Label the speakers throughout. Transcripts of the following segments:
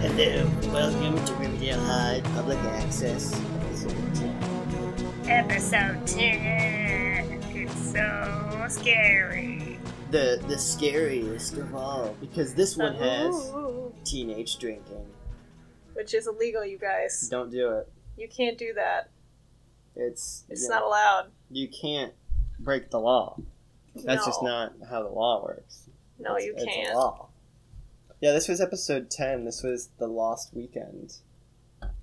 Speaker 1: Hello, welcome to Riverdale High Public Access.
Speaker 2: Episode 10. It's so scary.
Speaker 1: The the scariest of all, because this one has teenage drinking.
Speaker 3: Which is illegal, you guys.
Speaker 1: Don't do it.
Speaker 3: You can't do that.
Speaker 1: It's
Speaker 3: It's
Speaker 1: you
Speaker 3: not
Speaker 1: know,
Speaker 3: allowed.
Speaker 1: you can't break the law. That's
Speaker 3: no.
Speaker 1: just not how the law works.
Speaker 3: No,
Speaker 1: It's-
Speaker 3: you
Speaker 1: it's a
Speaker 3: can't.
Speaker 1: law. Yeah, this was episode ten. This was the Lost Weekend,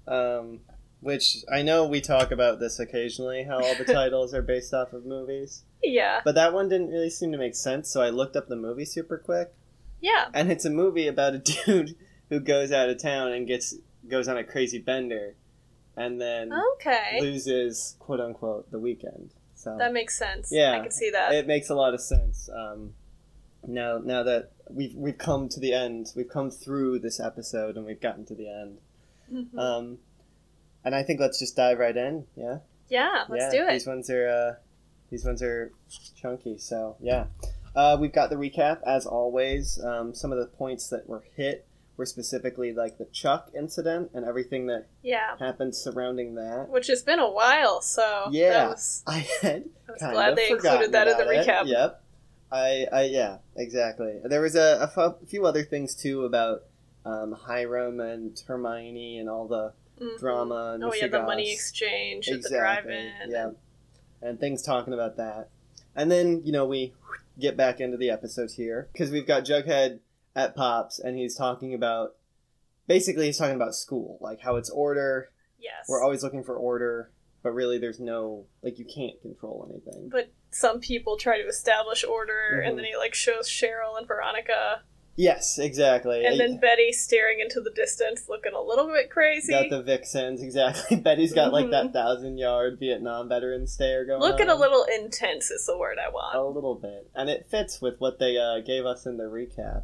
Speaker 1: um, which I know we talk about this occasionally. How all the titles are based off of movies,
Speaker 3: Yeah.
Speaker 1: but that one didn't really seem to make sense. So I looked up the movie super quick,
Speaker 3: Yeah.
Speaker 1: and it's a movie about a dude who goes out of town and gets goes on a crazy bender, and then
Speaker 3: Okay.
Speaker 1: loses quote unquote the weekend. So
Speaker 3: That makes sense.
Speaker 1: Yeah.
Speaker 3: I can see that.
Speaker 1: it makes a lot of sense. Um, now, now that we've we've come to the end, we've come through this episode and we've gotten to the end.
Speaker 3: Mhm.
Speaker 1: Um, and I think let's just dive right in. Yeah,
Speaker 3: yeah, let's
Speaker 1: yeah.
Speaker 3: do it.
Speaker 1: These ones are uh, these ones are chunky. So yeah, uh, we've got the recap as always. Um, some of the points that were hit were specifically like the Chuck incident and everything that
Speaker 3: Yeah.
Speaker 1: happened surrounding that.
Speaker 3: Which has been a while, so
Speaker 1: Yeah.
Speaker 3: that was,
Speaker 1: I had
Speaker 3: I was
Speaker 1: kind
Speaker 3: glad
Speaker 1: of
Speaker 3: they
Speaker 1: forgotten
Speaker 3: included that in the
Speaker 1: about it.
Speaker 3: recap.
Speaker 1: Yep. I, I yeah, exactly. There was a, a fu- few other things too about um, Hiram and Hermione and all the
Speaker 3: Mhm.
Speaker 1: drama and
Speaker 3: Oh, yeah, the money
Speaker 1: Sigas.
Speaker 3: exchange at
Speaker 1: exactly.
Speaker 3: the drive-in.
Speaker 1: Yeah, and things talking about that, and then you know we get back into the episode here because we've got Jughead at Pops and he's talking about basically he's talking about school, like how it's order.
Speaker 3: Yes.
Speaker 1: We're always looking for order, but really there's no like you can't control anything.
Speaker 3: but some people try to establish order,
Speaker 1: Mhm.
Speaker 3: and then he, like, shows Cheryl and Veronica,
Speaker 1: Yes, exactly.
Speaker 3: and then Betty staring into the distance, looking a little bit crazy.
Speaker 1: got the vixens exactly. Betty's got like that
Speaker 3: Mhm.
Speaker 1: thousand yard Vietnam veteran stare going.
Speaker 3: Looking
Speaker 1: on.
Speaker 3: a little intense is the word I want.
Speaker 1: a little bit, and it fits with what they uh, gave us in the recap.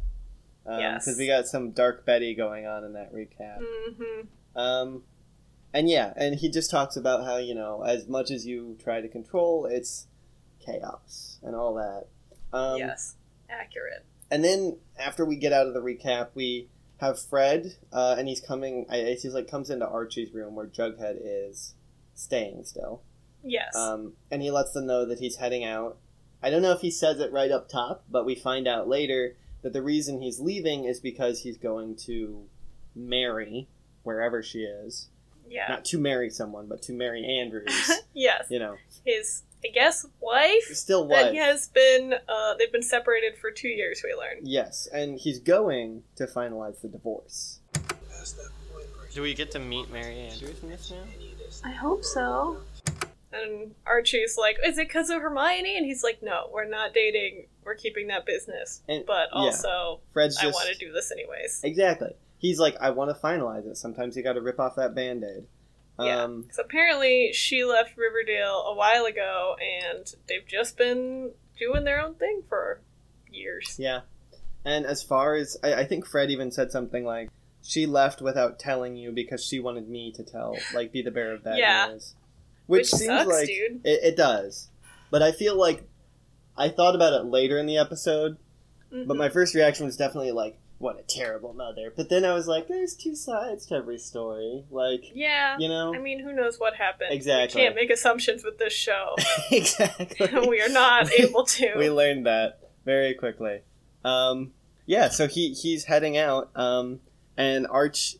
Speaker 1: Um,
Speaker 3: Yes.
Speaker 1: because we got some dark Betty going on in that recap.
Speaker 3: hmm
Speaker 1: Um, and yeah, and he just talks about how you know as much as you try to control, it's chaos and all that. Um,
Speaker 3: yes. Accurate.
Speaker 1: And then after we get out of the recap, we have Fred, uh, and he's coming. I, I- he's like comes into Archie's room where Jughead is staying still,
Speaker 3: Yes.
Speaker 1: um, and he lets them know that he's heading out. I don't know if he says it right up top, but we find out later that the reason he's leaving is because he's going to marry wherever she is,
Speaker 3: yeah.
Speaker 1: not to marry someone, but to marry Andrews.
Speaker 3: yes.
Speaker 1: you know,
Speaker 3: His, I guess, wife
Speaker 1: still
Speaker 3: that
Speaker 1: wife.
Speaker 3: he has been, uh, they've been separated for two years, we learned.
Speaker 1: Yes, and he's going to finalize the divorce. Do we get to meet Mary Andrews in this now?
Speaker 3: I hope so. And Archie's like, is it because of Hermione? And he's like, no, we're not dating. We're keeping that business.
Speaker 1: And-
Speaker 3: But
Speaker 1: yeah.
Speaker 3: also,
Speaker 1: Fred's just
Speaker 3: I want to do this anyways.
Speaker 1: exactly. He's like, I want to finalize it. Sometimes you got to rip off that band-aid.
Speaker 3: Yeah.
Speaker 1: Um,
Speaker 3: Because apparently she left Riverdale a while ago, and they've just been doing their own thing for years.
Speaker 1: yeah. And as far as I, I think Fred even said something like, she left without telling you because she wanted me to tell, like, be the bearer of bad
Speaker 3: Yeah.
Speaker 1: news. Which,
Speaker 3: Which
Speaker 1: seems
Speaker 3: sucks,
Speaker 1: like
Speaker 3: dude.
Speaker 1: It, it does, but I feel like I thought about it later in the episode. But
Speaker 3: Mhm.
Speaker 1: my first reaction was definitely like, "What a terrible mother!" But then I was like, "There's two sides to every story." Like,
Speaker 3: Yeah.
Speaker 1: you know,
Speaker 3: I mean, who knows what happened?
Speaker 1: Exactly.
Speaker 3: We can't make assumptions with this show.
Speaker 1: exactly.
Speaker 3: we are not
Speaker 1: We-
Speaker 3: able to.
Speaker 1: we learned that very quickly. Um, yeah, so he he's heading out, um, and Arch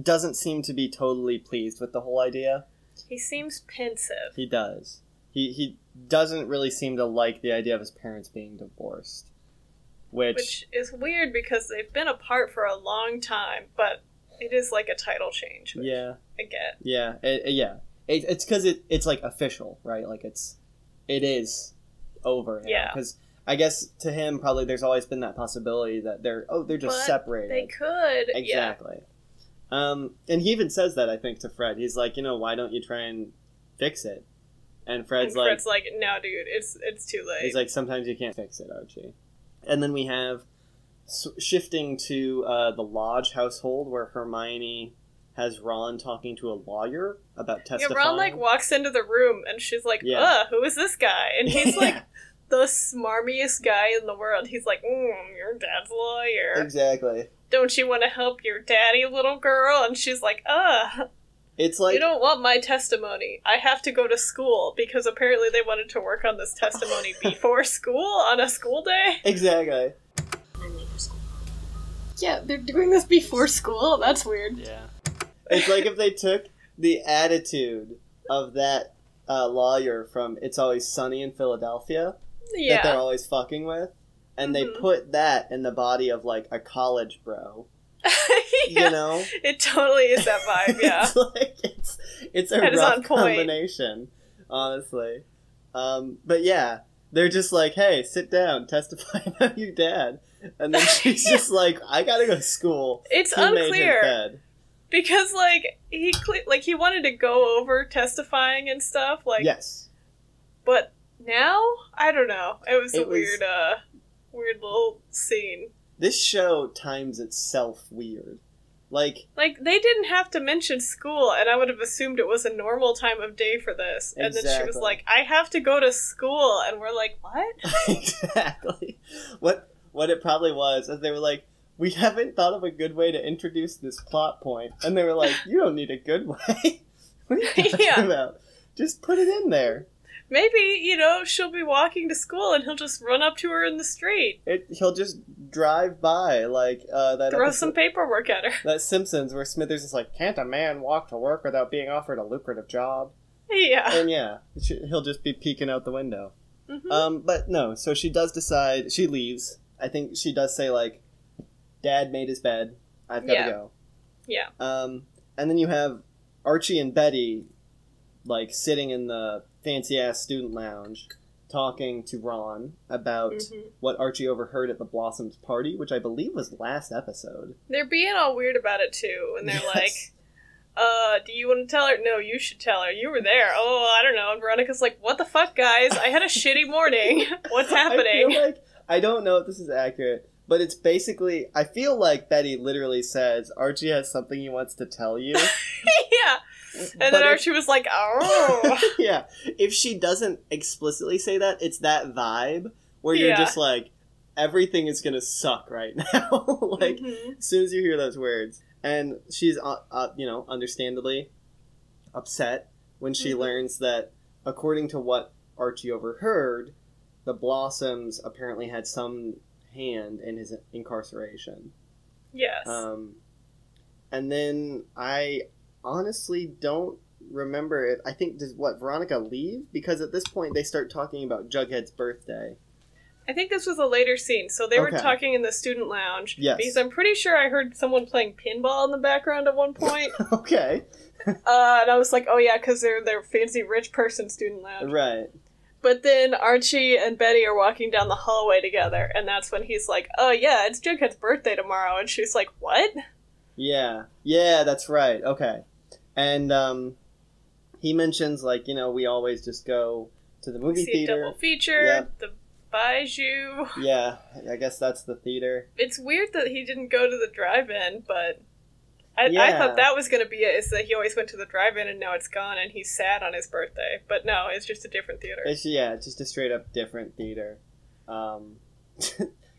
Speaker 1: doesn't seem to be totally pleased with the whole idea.
Speaker 3: He seems pensive.
Speaker 1: He does. He he doesn't really seem to like the idea of his parents being divorced,
Speaker 3: Which is weird because they've been apart for a long time, but it is like a title change, which
Speaker 1: yeah.
Speaker 3: I get.
Speaker 1: Yeah, it, it- yeah. It, it's because it, it's like official, right? Like it's it is over.
Speaker 3: Yeah.
Speaker 1: Because I guess to him, probably there's always been that possibility that they're oh they're just
Speaker 3: But
Speaker 1: separated.
Speaker 3: They could. Yeah.
Speaker 1: exactly. Um, and he even says that I think to Fred. He's like, you know, why don't you try and fix it? And Fred's
Speaker 3: And
Speaker 1: like,
Speaker 3: Fred's like, no, dude, it's it's too late.
Speaker 1: He's like, sometimes you can't fix it, Archie. And then we have s- shifting to uh, the Lodge household where Hermione has Ron talking to a lawyer about
Speaker 3: yeah,
Speaker 1: testifying.
Speaker 3: Ron like walks into the room and she's like,
Speaker 1: Yeah.
Speaker 3: "Uh, who is this guy?" And he's like the smarmiest guy in the world. He's like, mm, "Your dad's lawyer."
Speaker 1: exactly.
Speaker 3: don't you want to help your daddy, little girl? And she's like, ugh,
Speaker 1: It's like
Speaker 3: you don't want my testimony. I have to go to school because apparently they wanted to work on this testimony before school on a school day.
Speaker 1: exactly.
Speaker 3: Yeah, they're doing this before school. That's weird.
Speaker 4: Yeah.
Speaker 1: It's like if they took the attitude of that uh, lawyer from It's Always Sunny in Philadelphia that they're
Speaker 3: Yeah.
Speaker 1: always fucking with, and
Speaker 3: Mhm.
Speaker 1: they put that in the body of like a college bro.
Speaker 3: yeah.
Speaker 1: You know,
Speaker 3: It totally is that vibe, yeah.
Speaker 1: it's like it's it's a
Speaker 3: That is on
Speaker 1: rough
Speaker 3: point.
Speaker 1: combination, honestly. Um, but yeah, they're just like, "Hey, sit down, testify about your dad," and then she's just like, "I gotta go to school."
Speaker 3: It's
Speaker 1: He made his
Speaker 3: unclear
Speaker 1: bed.
Speaker 3: because like he cle- like he wanted to go over testifying and stuff like
Speaker 1: yes,
Speaker 3: but now I don't know. It was a
Speaker 1: It was-
Speaker 3: weird uh weird little scene.
Speaker 1: this show times itself weird. Like,
Speaker 3: Like they didn't have to mention school, and I would have assumed it was a normal time of day for this. And then she was
Speaker 1: Exactly.
Speaker 3: like, "I have to go to school," and we're like, "What?"
Speaker 1: exactly what what it probably was is they were like we haven't thought of a good way to introduce this plot point and they were like you don't need a good way what are you talking
Speaker 3: Yeah.
Speaker 1: about just put it in there
Speaker 3: Maybe you know she'll be walking to school, and he'll just run up to her in the street,
Speaker 1: it, he'll just drive by like uh, that
Speaker 3: throw
Speaker 1: episode-
Speaker 3: some paperwork at her.
Speaker 1: that Simpsons where Smithers is like can't a man walk to work without being offered a lucrative job
Speaker 3: yeah.
Speaker 1: and yeah it should- he'll just be peeking out the window
Speaker 3: Mhm.
Speaker 1: Um, but no, so she does decide she leaves. I think she does say like, "Dad made his bed. I've got
Speaker 3: Yeah.
Speaker 1: to go."
Speaker 3: Yeah.
Speaker 1: Um, and then you have Archie and Betty, like sitting in the fancy ass student lounge, talking to Ron about
Speaker 3: Mhm.
Speaker 1: what Archie overheard at the Blossoms party, which I believe was last episode.
Speaker 3: They're being all weird about it too, and they're
Speaker 1: Yes.
Speaker 3: like, "Uh, do you want to tell her? No, you should tell her. You were there. Oh, I don't know." And Veronica's like, "What the fuck, guys? I had a shitty morning. What's
Speaker 1: I
Speaker 3: happening?"
Speaker 1: feel like I don't know if this is accurate, but it's basically I feel like Betty literally says Archie has something he wants to tell you.
Speaker 3: yeah. And
Speaker 1: But
Speaker 3: then
Speaker 1: if-
Speaker 3: Archie was like, "Oh."
Speaker 1: yeah. If she doesn't explicitly say that, it's that vibe where you're
Speaker 3: Yeah.
Speaker 1: just like, everything is gonna suck right now. like
Speaker 3: Mhm.
Speaker 1: as soon as you hear those words, and she's uh, uh, you know understandably upset when she
Speaker 3: Mhm.
Speaker 1: learns that according to what Archie overheard, the Blossoms apparently had some hand in his incarceration.
Speaker 3: yes.
Speaker 1: Um, and then I honestly don't remember it. I think does what Veronica leave because at this point they start talking about Jughead's birthday.
Speaker 3: I think this was a later scene. So they were
Speaker 1: Okay.
Speaker 3: talking in the student lounge.
Speaker 1: Yes.
Speaker 3: Because I'm pretty sure I heard someone playing pinball in the background at one point.
Speaker 1: okay,
Speaker 3: uh, and I was like, oh, yeah, because they're their fancy rich person student lounge.
Speaker 1: right.
Speaker 3: But then Archie and Betty are walking down the hallway together. And that's when he's like, oh, yeah, it's Jughead's birthday tomorrow. And she's like, what?
Speaker 1: Yeah, yeah, that's right. Okay, and um, he mentions like you know we always just go to the movie
Speaker 3: See a double
Speaker 1: theater.
Speaker 3: feature.
Speaker 1: Yeah.
Speaker 3: The Bijou.
Speaker 1: Yeah, I guess that's the theater.
Speaker 3: It's weird that he didn't go to the drive-in, but I, I
Speaker 1: Yeah.
Speaker 3: thought that was going to be it. Is that he always went to the drive-in and now it's gone, and he's sad on his birthday. But no, it's just a different theater.
Speaker 1: It's yeah, it's just a straight up different theater. Um,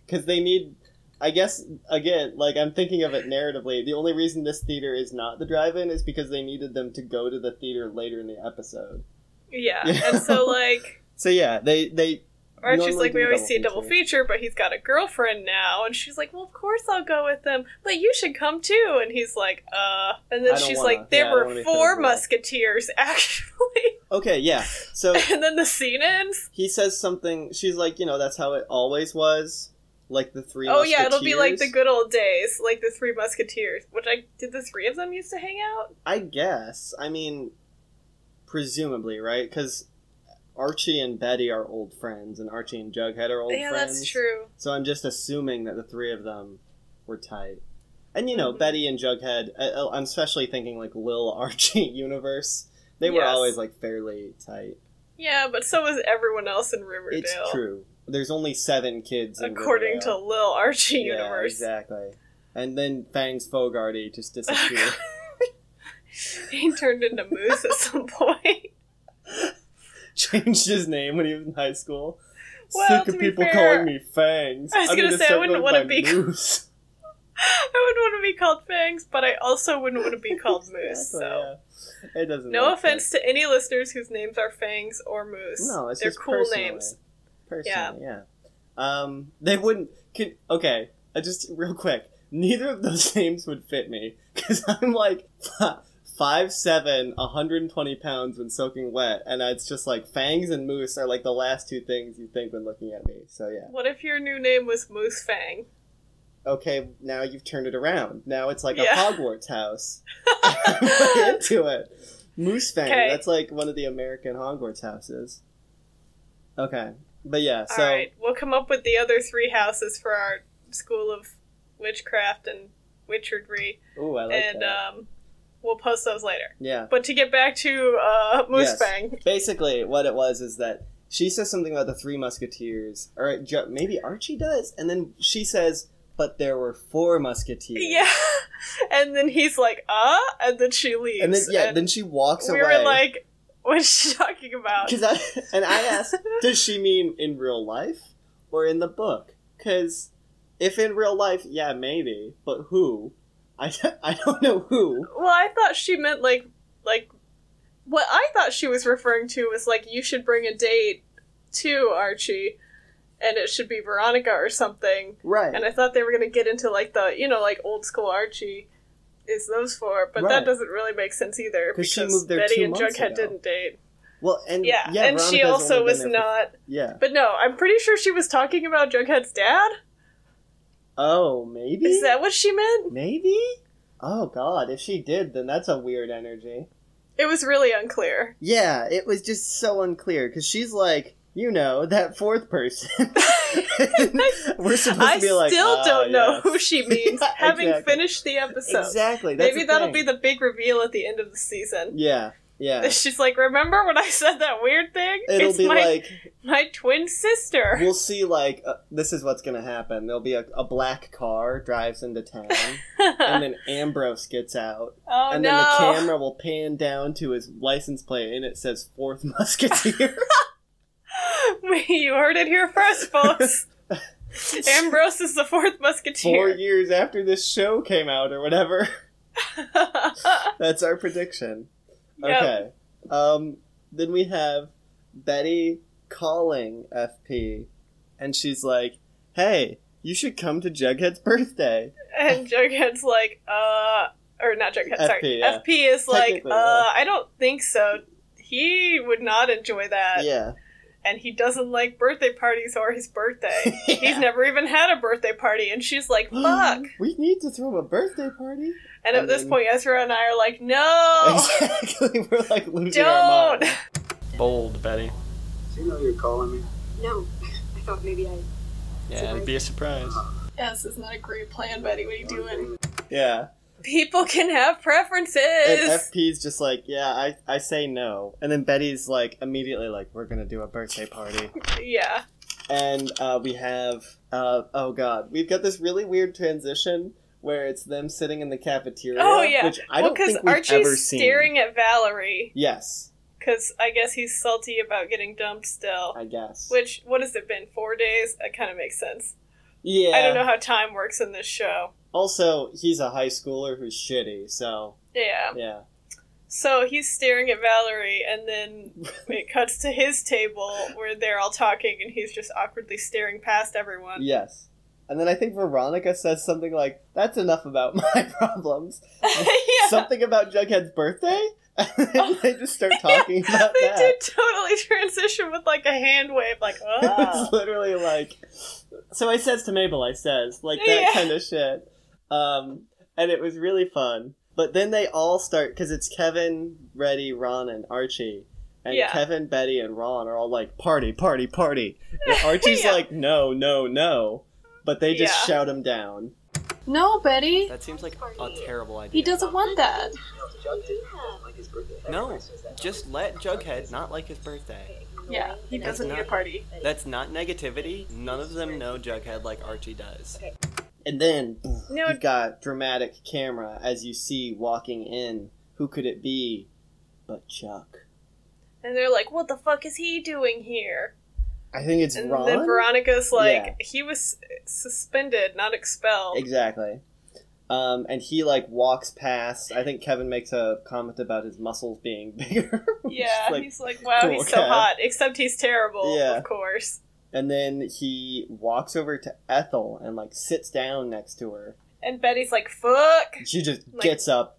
Speaker 1: because they need, I guess, again, like I'm thinking of it narratively. The only reason this theater is not the drive-in is because they needed them to go to the theater later in the episode.
Speaker 3: yeah,
Speaker 1: Yeah.
Speaker 3: and so like
Speaker 1: So yeah, they they
Speaker 3: Archie's
Speaker 1: Normally
Speaker 3: like,
Speaker 1: do
Speaker 3: we
Speaker 1: a
Speaker 3: always
Speaker 1: double
Speaker 3: see a double
Speaker 1: feature."
Speaker 3: feature, but he's got a girlfriend now, and she's like, well, of course I'll go with them, but you should come too. And he's like, uh, and
Speaker 1: I
Speaker 3: then
Speaker 1: don't
Speaker 3: she's
Speaker 1: wanna.
Speaker 3: like, there
Speaker 1: Yeah, I don't wanna
Speaker 3: were
Speaker 1: be
Speaker 3: four
Speaker 1: put up with that."
Speaker 3: musketeers actually,
Speaker 1: okay, yeah. So
Speaker 3: and then the scene ends.
Speaker 1: he says something. She's like, you know, that's how it always was. Like the three.
Speaker 3: Oh yeah, it'll be like the
Speaker 1: Musketeers.
Speaker 3: good old days, like the Three Musketeers. Which I did the three of them used to hang out?
Speaker 1: I guess. I mean, presumably, right? Because Archie and Betty are old friends, and Archie and Jughead are old
Speaker 3: yeah,
Speaker 1: friends.
Speaker 3: that's true.
Speaker 1: So I'm just assuming that the three of them were tight. And you know,
Speaker 3: Mhm.
Speaker 1: Betty and Jughead. I, I'm especially thinking like Lil Archie universe. They were
Speaker 3: Yes.
Speaker 1: always like fairly tight.
Speaker 3: Yeah, but so was everyone else in Riverdale.
Speaker 1: It's true. There's only seven kids. In
Speaker 3: According
Speaker 1: Riverdale.
Speaker 3: to Lil Archie
Speaker 1: Yeah,
Speaker 3: Universe.
Speaker 1: exactly. And then Fangs Fogarty just disappeared.
Speaker 3: He turned into Moose at some point.
Speaker 1: changed his name when he was in high school.
Speaker 3: Well,
Speaker 1: Sick
Speaker 3: to
Speaker 1: of
Speaker 3: be
Speaker 1: people
Speaker 3: fair-
Speaker 1: calling me Fangs.
Speaker 3: I was
Speaker 1: I'm
Speaker 3: gonna say, I
Speaker 1: start
Speaker 3: wouldn't
Speaker 1: going
Speaker 3: wanna
Speaker 1: by
Speaker 3: be-
Speaker 1: Moose.
Speaker 3: I wouldn't want to be called Fangs, but I also wouldn't want to be called Moose.
Speaker 1: Exactly,
Speaker 3: so,
Speaker 1: yeah. It doesn't.
Speaker 3: no
Speaker 1: make
Speaker 3: offense
Speaker 1: sense.
Speaker 3: to any listeners whose names are Fangs or Moose.
Speaker 1: No, it's
Speaker 3: they're
Speaker 1: just
Speaker 3: cool
Speaker 1: personally.
Speaker 3: names.
Speaker 1: Personally, yeah. Um, they wouldn't. Could, okay, I just real quick. Neither of those names would fit me because I'm like five seven, 120 pounds when soaking wet, and it's just like fangs and moose are like the last two things you think when looking at me. So yeah.
Speaker 3: What if your new name was Moose Fang?
Speaker 1: Okay, now you've turned it around. Now it's like
Speaker 3: Yeah.
Speaker 1: a Hogwarts house. I'm into it. Moose Fang.
Speaker 3: Okay.
Speaker 1: That's like one of the American Hogwarts houses. Okay, but yeah. So
Speaker 3: All right, we'll come up with the other three houses for our school of witchcraft and witchardry,
Speaker 1: ooh, I like
Speaker 3: and
Speaker 1: that.
Speaker 3: um, we'll post those later.
Speaker 1: yeah.
Speaker 3: But to get back to uh, Moose
Speaker 1: Yes.
Speaker 3: Fang,
Speaker 1: basically what it was is that she says something about the three musketeers or ju- maybe archie does and then she says but there were four musketeers
Speaker 3: yeah. And then he's like, "Uh," and then she leaves.
Speaker 1: and then yeah then she walks
Speaker 3: we
Speaker 1: away
Speaker 3: were like, "What's she talking about?"
Speaker 1: 'Cause I- and i asked does she mean in real life or in the book because if in real life yeah maybe but who i, I don't know who
Speaker 3: Well, I thought she meant like like what I thought she was referring to was like you should bring a date to Archie and it should be Veronica or something.
Speaker 1: right
Speaker 3: And uh, I thought they were going to get into like the, you know, like old school Archie is those four, but
Speaker 1: Right.
Speaker 3: that doesn't really make sense either
Speaker 1: 'Cause she
Speaker 3: because
Speaker 1: moved there
Speaker 3: Betty
Speaker 1: two
Speaker 3: and
Speaker 1: months
Speaker 3: Jughead
Speaker 1: ago.
Speaker 3: didn't date.
Speaker 1: well and
Speaker 3: Yeah,
Speaker 1: yeah
Speaker 3: and she
Speaker 1: Veronica's
Speaker 3: also
Speaker 1: only been
Speaker 3: was
Speaker 1: there for-
Speaker 3: not
Speaker 1: yeah
Speaker 3: But no, I'm pretty sure she was talking about Jughead's dad.
Speaker 1: oh maybe
Speaker 3: Is that what she meant?
Speaker 1: Maybe? Oh god, if she did, then that's a weird energy.
Speaker 3: It was really unclear.
Speaker 1: Yeah, it was just so unclear because she's like, you know, that fourth person. We're supposed
Speaker 3: I
Speaker 1: to be like,
Speaker 3: still
Speaker 1: "Ah,
Speaker 3: don't know
Speaker 1: yes."
Speaker 3: who she means,
Speaker 1: Yeah,
Speaker 3: having
Speaker 1: exactly.
Speaker 3: finished the episode.
Speaker 1: Exactly. That's
Speaker 3: Maybe
Speaker 1: the
Speaker 3: that'll
Speaker 1: thing.
Speaker 3: be the big reveal at the end of the season.
Speaker 1: Yeah, yeah.
Speaker 3: She's like, remember when I said that weird thing?
Speaker 1: It'll
Speaker 3: it's
Speaker 1: be
Speaker 3: my
Speaker 1: like
Speaker 3: my twin sister.
Speaker 1: we'll see. Like uh, this is what's gonna happen. There'll be a, a black car drives into town, and then Ambrose gets out,
Speaker 3: oh
Speaker 1: and
Speaker 3: no!
Speaker 1: then the camera will pan down to his license plate, and it says Fourth Musketeer.
Speaker 3: you heard it here first, folks. Ambrose is the fourth
Speaker 1: Four
Speaker 3: musketeer.
Speaker 1: years after this show came out, or whatever. That's our prediction.
Speaker 3: Yep.
Speaker 1: Okay. Um, then we have Betty calling FP, and she's like, "Hey, you should come to Jughead's birthday."
Speaker 3: And Jughead's like, uh, or not Jughead.
Speaker 1: FP,
Speaker 3: sorry,
Speaker 1: yeah.
Speaker 3: FP is like, uh,
Speaker 1: Technically, yeah.
Speaker 3: I don't think so. He would not enjoy that,
Speaker 1: yeah.
Speaker 3: and he doesn't like birthday parties or his birthday. He's
Speaker 1: Yeah.
Speaker 3: never even had a birthday party, and she's like, "Fuck!"
Speaker 1: We need to throw him a birthday party.
Speaker 3: And
Speaker 1: I
Speaker 3: at this
Speaker 1: mean-
Speaker 3: point, Ezra and I are like, "No,
Speaker 1: Exactly. We're like losing our
Speaker 3: Oh. don't."
Speaker 1: mind.
Speaker 4: Bold, Betty.
Speaker 5: Do you know you're calling me?
Speaker 6: No, I thought maybe I.
Speaker 4: Yeah, it'd be a surprise.
Speaker 3: Yes, it's not a great plan, Betty. What are you doing?
Speaker 1: Yeah.
Speaker 3: People can have preferences.
Speaker 1: And FP's just like, "Yeah, I I say no," and then Betty's like immediately like, "We're gonna do a birthday party."
Speaker 3: yeah,
Speaker 1: and uh, we have uh, oh god, we've got this really weird transition where it's them sitting in the cafeteria.
Speaker 3: Oh, yeah.
Speaker 1: which I
Speaker 3: well,
Speaker 1: don't think we've
Speaker 3: Archie's
Speaker 1: ever seen.
Speaker 3: staring at Valerie
Speaker 1: Yes,
Speaker 3: because I guess he's salty about getting dumped still.
Speaker 1: I guess.
Speaker 3: Which what has it been? Four days? That kind of makes sense.
Speaker 1: yeah,
Speaker 3: I don't know how time works in this show.
Speaker 1: Also, he's a high schooler who's shitty. So
Speaker 3: Yeah.
Speaker 1: yeah,
Speaker 3: So he's staring at Valerie, and then it cuts to his table where they're all talking, and he's just awkwardly staring past everyone.
Speaker 1: yes. And then I think Veronica says something like, "That's enough about my problems."
Speaker 3: Yeah.
Speaker 1: Something about Jughead's birthday. And then they just start talking about
Speaker 3: they
Speaker 1: that.
Speaker 3: did totally transition with like a hand wave, like
Speaker 1: It was
Speaker 3: oh.
Speaker 1: literally like, so I says to Mabel, I says like that
Speaker 3: Yeah.
Speaker 1: kind of shit, um, and it was really fun. But then they all start because it's Kevin, Reddy, Ron, and Archie, and
Speaker 3: Yeah.
Speaker 1: Kevin, Betty, and Ron are all like party, party, party. And Archie's
Speaker 3: Yeah.
Speaker 1: like no, no, no, but they just
Speaker 3: Yeah.
Speaker 1: shout him down.
Speaker 7: No, Betty.
Speaker 4: That seems like a terrible idea.
Speaker 7: He doesn't want that.
Speaker 5: Like his birthday.
Speaker 4: No, just let Jughead not like his birthday.
Speaker 3: Yeah, he
Speaker 4: doesn't need a
Speaker 3: party.
Speaker 4: That's not negativity. None of them know Jughead like Archie does.
Speaker 1: And then
Speaker 3: No.
Speaker 1: you've got dramatic camera as you see walking in. Who could it be, but Chuck?
Speaker 3: And they're like, "What the fuck is he doing here?"
Speaker 1: I think it's
Speaker 3: And
Speaker 1: Ron.
Speaker 3: then Veronica's like,
Speaker 1: Yeah.
Speaker 3: "He was suspended, not expelled."
Speaker 1: Exactly. Um, and he like walks past. I think Kevin makes a comment about his muscles being bigger. which is,
Speaker 3: Yeah,
Speaker 1: like-
Speaker 3: he's like, wow,
Speaker 1: cool,
Speaker 3: he's so
Speaker 1: okay.
Speaker 3: hot. Except he's terrible,
Speaker 1: Yeah.
Speaker 3: of course.
Speaker 1: and then he walks over to Ethel and like sits down next to her.
Speaker 3: And Betty's like, fuck.
Speaker 1: She just
Speaker 3: Like-
Speaker 1: gets up,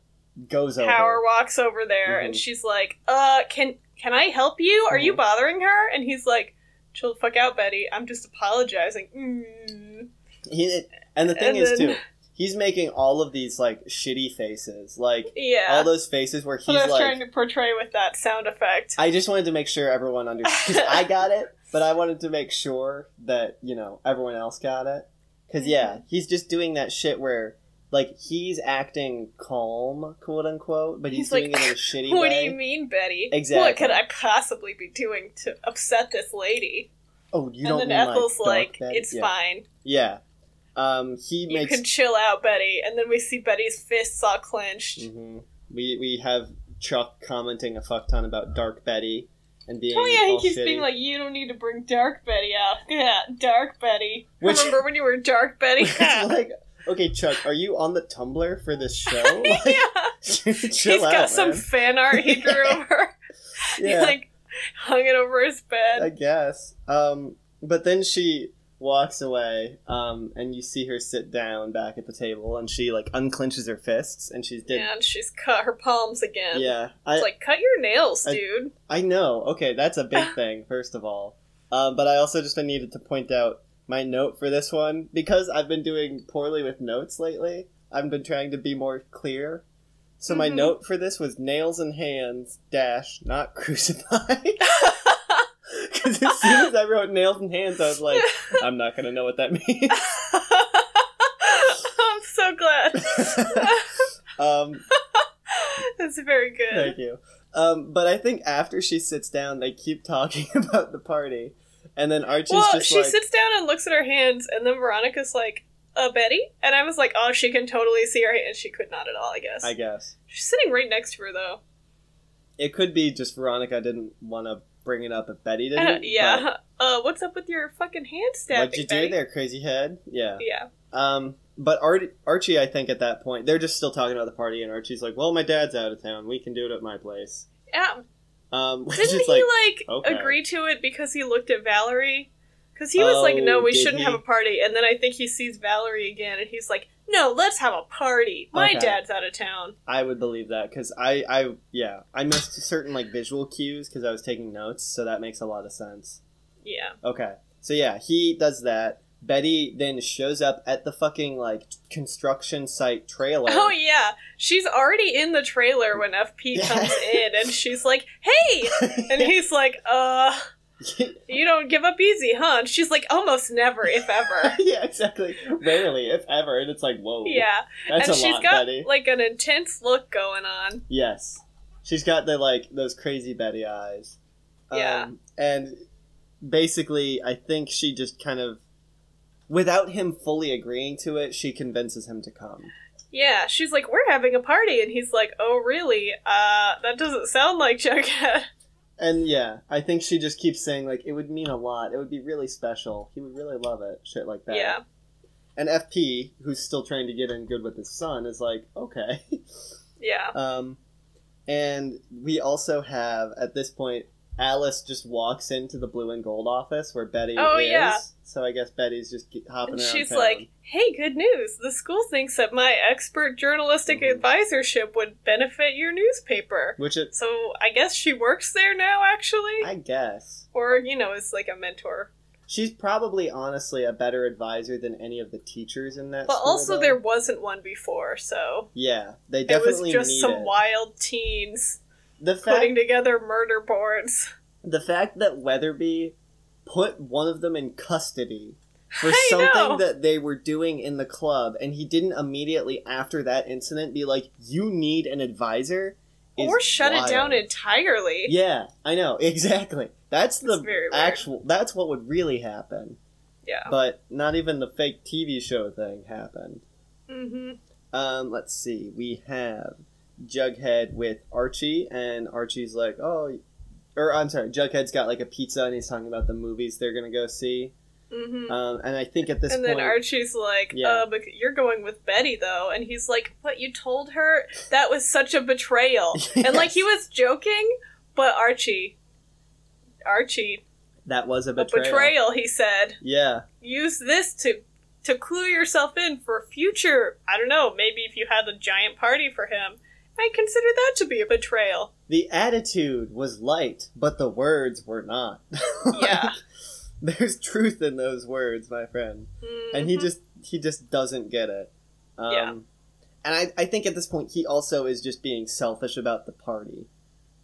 Speaker 1: goes over.
Speaker 3: Power walks over there, and
Speaker 1: Mhm.
Speaker 3: she's like, uh, can can I help you? Are you
Speaker 1: Mhm.
Speaker 3: bothering her? And he's like, chill the fuck out, Betty. I'm just apologizing. Mm.
Speaker 1: He, and the thing
Speaker 3: And
Speaker 1: is
Speaker 3: then-
Speaker 1: too, he's making all of these like shitty faces, like
Speaker 3: Yeah.
Speaker 1: all those faces where he's like,
Speaker 3: That's what I was trying to portray with that sound effect.
Speaker 1: I just wanted to make sure everyone understood. I got it, but I wanted to make sure that, you know, everyone else got it. Because, yeah,
Speaker 3: Mm-hmm.
Speaker 1: he's just doing that shit where, like, he's acting calm, quote unquote, but he's,
Speaker 3: He's like,
Speaker 1: doing it in a shitty
Speaker 3: What do
Speaker 1: way.
Speaker 3: you mean, Betty?
Speaker 1: Exactly.
Speaker 3: What could I possibly be doing to upset this lady?
Speaker 1: Oh, you
Speaker 3: and
Speaker 1: don't
Speaker 3: then
Speaker 1: mean
Speaker 3: Ethel's
Speaker 1: like,
Speaker 3: like,
Speaker 1: dark bed?
Speaker 3: it's
Speaker 1: yeah.
Speaker 3: fine.
Speaker 1: Yeah. Um, he
Speaker 3: You
Speaker 1: makes.
Speaker 3: can chill out, Betty. And then we see Betty's fists all clenched.
Speaker 1: Mhm. we, we have Chuck commenting a fuck ton about Dark Betty and being.
Speaker 3: Oh yeah, he
Speaker 1: all
Speaker 3: keeps
Speaker 1: shitty.
Speaker 3: being like, "You don't need to bring Dark Betty out." Yeah, Dark Betty.
Speaker 1: Which-
Speaker 3: Remember when you were Dark Betty?
Speaker 1: It's like, okay, Chuck, are you on the Tumblr for this show? Like,
Speaker 3: yeah,
Speaker 1: chill
Speaker 3: he's got
Speaker 1: out,
Speaker 3: some
Speaker 1: man.
Speaker 3: fan art he drew of her.
Speaker 1: Yeah.
Speaker 3: He like hung it over his bed.
Speaker 1: I guess. Um, but then she walks away, um, and you see her sit down back at the table, and she like unclenches her fists, and she's dead.
Speaker 3: and she's cut her palms
Speaker 1: Yeah,
Speaker 3: again.
Speaker 1: I
Speaker 3: it's like cut your nails,
Speaker 1: I-
Speaker 3: dude.
Speaker 1: I know. Okay, that's a big thing. First of all, um, but I also just needed to point out my note for this one because I've been doing poorly with notes lately. I've been trying to be more clear. So my
Speaker 3: Mhm.
Speaker 1: note for this was nails and hands dash not crucified. Because as soon as I wrote nails and hands, I was like, I'm not gonna know what that means.
Speaker 3: I'm so glad.
Speaker 1: um,
Speaker 3: That's very good.
Speaker 1: thank you. Um, but I think after she sits down, they keep talking about the party, and then Archie's
Speaker 3: well,
Speaker 1: just
Speaker 3: she
Speaker 1: like,
Speaker 3: sits down and looks at her hands, and then Veronica's like, uh, Betty? And I was like, oh, she can totally see her hand. And she could not at all, I guess.
Speaker 1: I guess
Speaker 3: She's sitting right next to her, though.
Speaker 1: it could be just Veronica didn't want to bring it up if Betty didn't.
Speaker 3: Uh,
Speaker 1: but
Speaker 3: yeah. Uh, what's up with your fucking hand stabbing?
Speaker 1: What'd you
Speaker 3: Betty?
Speaker 1: do there, crazy head? Yeah.
Speaker 3: Yeah.
Speaker 1: Um, but Ar- Archie, I think at that point, they're just still talking about the party, and Archie's like, "Well, my dad's out of town. We can do it at my place."
Speaker 3: Yeah.
Speaker 1: Um, which
Speaker 3: Didn't
Speaker 1: is
Speaker 3: he,
Speaker 1: like,
Speaker 3: like,
Speaker 1: okay.
Speaker 3: agree to it because he looked at Valerie? Because he was like,
Speaker 1: Oh,
Speaker 3: no, we
Speaker 1: did
Speaker 3: shouldn't
Speaker 1: he?
Speaker 3: have a party. And then I think he sees Valerie again, and he's like, no, let's have a party. My
Speaker 1: Okay.
Speaker 3: dad's out of town.
Speaker 1: I would believe that because I, I, yeah, I missed certain like visual cues because I was taking notes, so that makes a lot of sense.
Speaker 3: Yeah.
Speaker 1: Okay, so yeah, he does that. Betty then shows up at the fucking like construction site trailer.
Speaker 3: Oh yeah, she's already in the trailer when FP
Speaker 1: Yeah.
Speaker 3: comes in, and she's like, "Hey," and he's like, "Uh, you don't give up easy, huh?" And she's like, "Almost never, if ever."
Speaker 1: yeah, exactly. Rarely, if ever, and it's like, whoa,
Speaker 3: yeah,
Speaker 1: that's
Speaker 3: and
Speaker 1: a
Speaker 3: she's
Speaker 1: lot,
Speaker 3: got
Speaker 1: Betty.
Speaker 3: like an intense look going on.
Speaker 1: Yes. She's got the like those crazy Betty eyes. Um,
Speaker 3: Yeah.
Speaker 1: and basically I think she just kind of without him fully agreeing to it, she convinces him to come.
Speaker 3: Yeah, she's like, "We're having a party," and he's like, "Oh, really? Uh, that doesn't sound like Jughead."
Speaker 1: And yeah, I think she just keeps saying like it would mean a lot. It would be really special. He would really love it. Shit like that.
Speaker 3: Yeah,
Speaker 1: And FP, who's still trying to get in good with his son, is like, "Okay."
Speaker 3: yeah.
Speaker 1: Um, and we also have at this point Alice just walks into the Blue and Gold office where Betty
Speaker 3: Oh,
Speaker 1: is.
Speaker 3: yeah.
Speaker 1: So I guess Betty's just ge- hopping
Speaker 3: And
Speaker 1: around.
Speaker 3: she's
Speaker 1: town.
Speaker 3: like, "Hey, good news! The school thinks that my expert journalistic
Speaker 1: Mhm.
Speaker 3: advisorship would benefit your newspaper."
Speaker 1: which it,
Speaker 3: So I guess she works there now, actually,
Speaker 1: I guess
Speaker 3: or you know, is like a mentor.
Speaker 1: she's probably honestly a better advisor than any of the teachers in that.
Speaker 3: But
Speaker 1: school,
Speaker 3: also,
Speaker 1: though.
Speaker 3: there wasn't one before, so
Speaker 1: Yeah, they
Speaker 3: it was
Speaker 1: definitely
Speaker 3: just
Speaker 1: need
Speaker 3: some
Speaker 1: it.
Speaker 3: wild teens
Speaker 1: the fact
Speaker 3: putting together murder boards.
Speaker 1: the fact that Weatherby put one of them in custody for
Speaker 3: I
Speaker 1: something
Speaker 3: know.
Speaker 1: that they were doing in the club, and he didn't immediately after that incident be like, "You need an advisor," is
Speaker 3: Or shut
Speaker 1: wild.
Speaker 3: it down entirely.
Speaker 1: Yeah, I know exactly. That's the
Speaker 3: It's very weird. Oh.
Speaker 1: actual. That's what would really happen.
Speaker 3: Yeah.
Speaker 1: But not even the fake TV show thing happened.
Speaker 3: hmm
Speaker 1: Um, let's see. We have Jughead with Archie, and Archie's like, "Oh," or I'm sorry, Jughead's got like a pizza, and he's talking about the movies they're gonna go see,
Speaker 3: hmm
Speaker 1: Um, and I think at this
Speaker 3: and
Speaker 1: point,
Speaker 3: then Archie's like,
Speaker 1: Yeah.
Speaker 3: uh, but you're going with Betty though, and he's like, but you told her that was such a betrayal, and like he was joking, but Archie, Archie,
Speaker 1: that was a
Speaker 3: a
Speaker 1: betrayal.
Speaker 3: betrayal. He said,
Speaker 1: Yeah,
Speaker 3: use this to to clue yourself in for future. I don't know, maybe if you had a giant party for him, I consider that to be a betrayal.
Speaker 1: the attitude was light, but the words were not.
Speaker 3: Yeah.
Speaker 1: Like, there's truth in those words, my friend. And he just he just doesn't get it. Um,
Speaker 3: Mm-hmm. Yeah.
Speaker 1: And I, I think at this point he also is just being selfish about the party.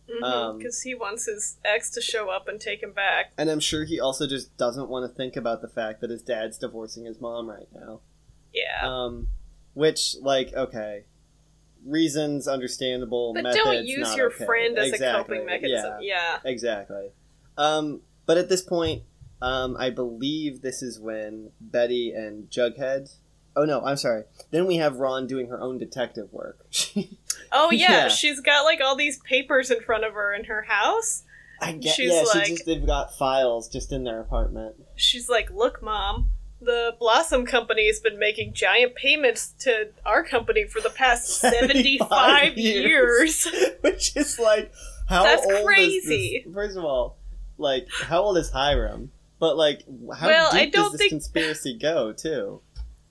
Speaker 3: because
Speaker 1: um,
Speaker 3: Mm-hmm, he wants his ex to show up and take him back.
Speaker 1: And I'm sure he also just doesn't want to think about the fact that his dad's divorcing his mom right now.
Speaker 3: Yeah.
Speaker 1: Um, which, like, okay, reasons understandable.
Speaker 3: But
Speaker 1: methods,
Speaker 3: don't use
Speaker 1: not
Speaker 3: your
Speaker 1: okay.
Speaker 3: friend as
Speaker 1: Exactly,
Speaker 3: a coping mechanism.
Speaker 1: yeah.
Speaker 3: Yeah.
Speaker 1: Exactly. Um, but at this point, um, I believe this is when Betty and Jughead. Oh no, I'm sorry. Then we have Ron doing her own detective work.
Speaker 3: Oh yeah,
Speaker 1: Yeah.
Speaker 3: she's got like all these papers in front of her in her house.
Speaker 1: I guess
Speaker 3: She's
Speaker 1: yeah,
Speaker 3: like-
Speaker 1: she just they've got files just in their apartment.
Speaker 3: She's like, "Look, mom, the Blossom Company has been making giant payments to our company for the past 75,
Speaker 1: 75
Speaker 3: years."
Speaker 1: years. Which is like how
Speaker 3: That's
Speaker 1: old
Speaker 3: crazy.
Speaker 1: is this? First of all, like how old is Hiram? But like how
Speaker 3: Well,
Speaker 1: deep
Speaker 3: I don't
Speaker 1: does this
Speaker 3: think-
Speaker 1: conspiracy go too?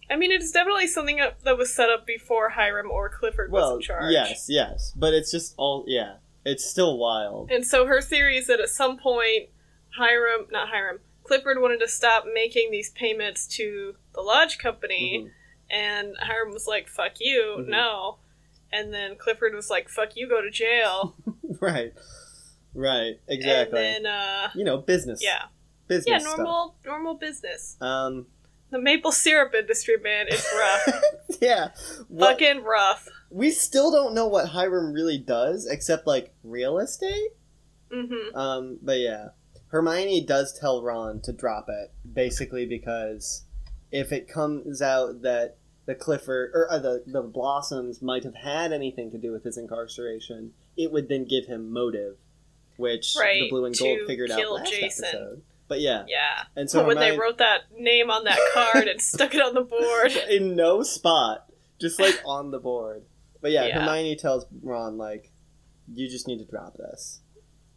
Speaker 3: I mean, it's definitely something that that was set up before Hiram or Clifford was
Speaker 1: Well,
Speaker 3: in charge.
Speaker 1: yes, yes, but it's just all yeah. It's still wild.
Speaker 3: And so her theory is that at some point, Hiram, not Hiram, Clifford wanted to stop making these payments to the lodge company.
Speaker 1: Mhm.
Speaker 3: And Hiram was like, fuck you,
Speaker 1: Mhm.
Speaker 3: no. And then Clifford was like, fuck you, go to jail.
Speaker 1: Mm-hmm. Right. Right. Exactly.
Speaker 3: And then, uh,
Speaker 1: you know, business.
Speaker 3: yeah. Yeah,
Speaker 1: Business.
Speaker 3: normal, normal business.
Speaker 1: Stuff. Um.
Speaker 3: The maple syrup industry, man, is rough.
Speaker 1: Yeah. What,
Speaker 3: Fucking rough.
Speaker 1: We still don't know what Hiram really does, except like real estate.
Speaker 3: hmm
Speaker 1: Um. But yeah, Hermione does tell Ron to drop it, basically because if it comes out that the Clifford or uh, the the Blossoms might have had anything to do with his incarceration, it would then give him motive, which the
Speaker 3: Right,
Speaker 1: Blue and
Speaker 3: to
Speaker 1: Gold figured out
Speaker 3: kill
Speaker 1: last
Speaker 3: Jason.
Speaker 1: episode. But yeah,
Speaker 3: Yeah.
Speaker 1: and so
Speaker 3: So when they
Speaker 1: Hermione-
Speaker 3: wrote that name on that card and stuck it on the board.
Speaker 1: in no spot, just like on the board. But yeah,
Speaker 3: Yeah.
Speaker 1: Hermione tells Ron like, "You just need to drop this."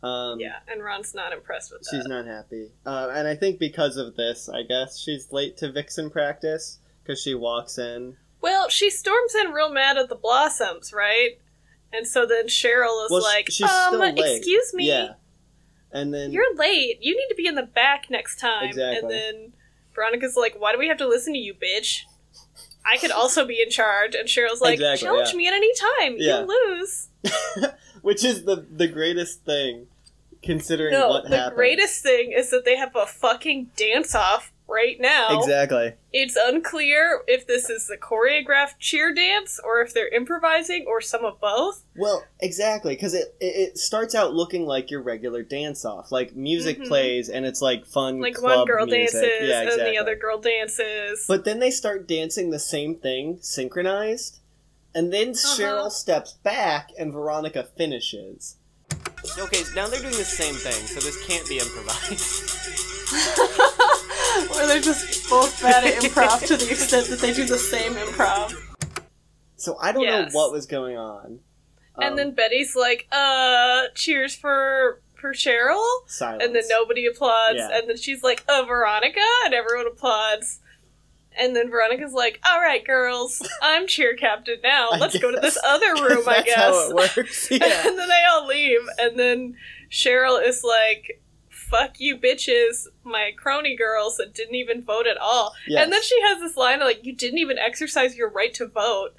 Speaker 1: Um,
Speaker 3: Yeah, and Ron's not impressed with that.
Speaker 1: she's not happy, uh, and I think because of this, I guess she's late to Vixen practice because she walks in.
Speaker 3: Well, she storms in real mad at the blossoms, right? And so then Cheryl is
Speaker 1: Well, sh-
Speaker 3: like,
Speaker 1: she's
Speaker 3: "Um,
Speaker 1: still late.
Speaker 3: excuse me,
Speaker 1: Yeah, and then
Speaker 3: you're late. You need to be in the back next time."
Speaker 1: Exactly.
Speaker 3: And then Veronica's like, "Why do we have to listen to you, bitch? I could also be in charge." And Cheryl's like,
Speaker 1: Exactly,
Speaker 3: "Challenge
Speaker 1: yeah.
Speaker 3: me at any time.
Speaker 1: Yeah.
Speaker 3: You lose."
Speaker 1: which is the the greatest thing, considering
Speaker 3: No,
Speaker 1: what
Speaker 3: the
Speaker 1: happened.
Speaker 3: greatest thing is that they have a fucking dance off right now.
Speaker 1: Exactly.
Speaker 3: It's unclear if this is the choreographed cheer dance or if they're improvising or some of both.
Speaker 1: Well, exactly, because it, it it starts out looking like your regular dance off, like music
Speaker 3: Mhm.
Speaker 1: plays, and it's like fun.
Speaker 3: like
Speaker 1: club
Speaker 3: one girl
Speaker 1: music.
Speaker 3: dances
Speaker 1: Yeah,
Speaker 3: and then
Speaker 1: exactly.
Speaker 3: the other girl dances.
Speaker 1: But then they start dancing the same thing synchronized, and then
Speaker 3: Uh-huh.
Speaker 1: Cheryl steps back and Veronica finishes.
Speaker 4: Okay, now they're doing the same thing, so this can't be improvised.
Speaker 3: or they're just both bad at improv to the extent that they do the same improv.
Speaker 1: So I don't
Speaker 3: Yes.
Speaker 1: know what was going on. Um,
Speaker 3: and then Betty's like, "Uh, cheers for for Cheryl,"
Speaker 1: silence.
Speaker 3: and then nobody applauds.
Speaker 1: Yeah.
Speaker 3: And then she's like, "Uh, Veronica," and everyone applauds. And then Veronica's like, "All right, girls, I'm cheer captain now.
Speaker 1: I
Speaker 3: Let's go to this
Speaker 1: guess.
Speaker 3: other
Speaker 1: 'Cause
Speaker 3: room." I
Speaker 1: that's
Speaker 3: guess
Speaker 1: how it works. Yeah.
Speaker 3: and then they all leave, and then Cheryl is like, "Fuck you, bitches, my crony girls that didn't even vote at all."
Speaker 1: Yes.
Speaker 3: And then she has this line of like, "You didn't even exercise your right to vote,"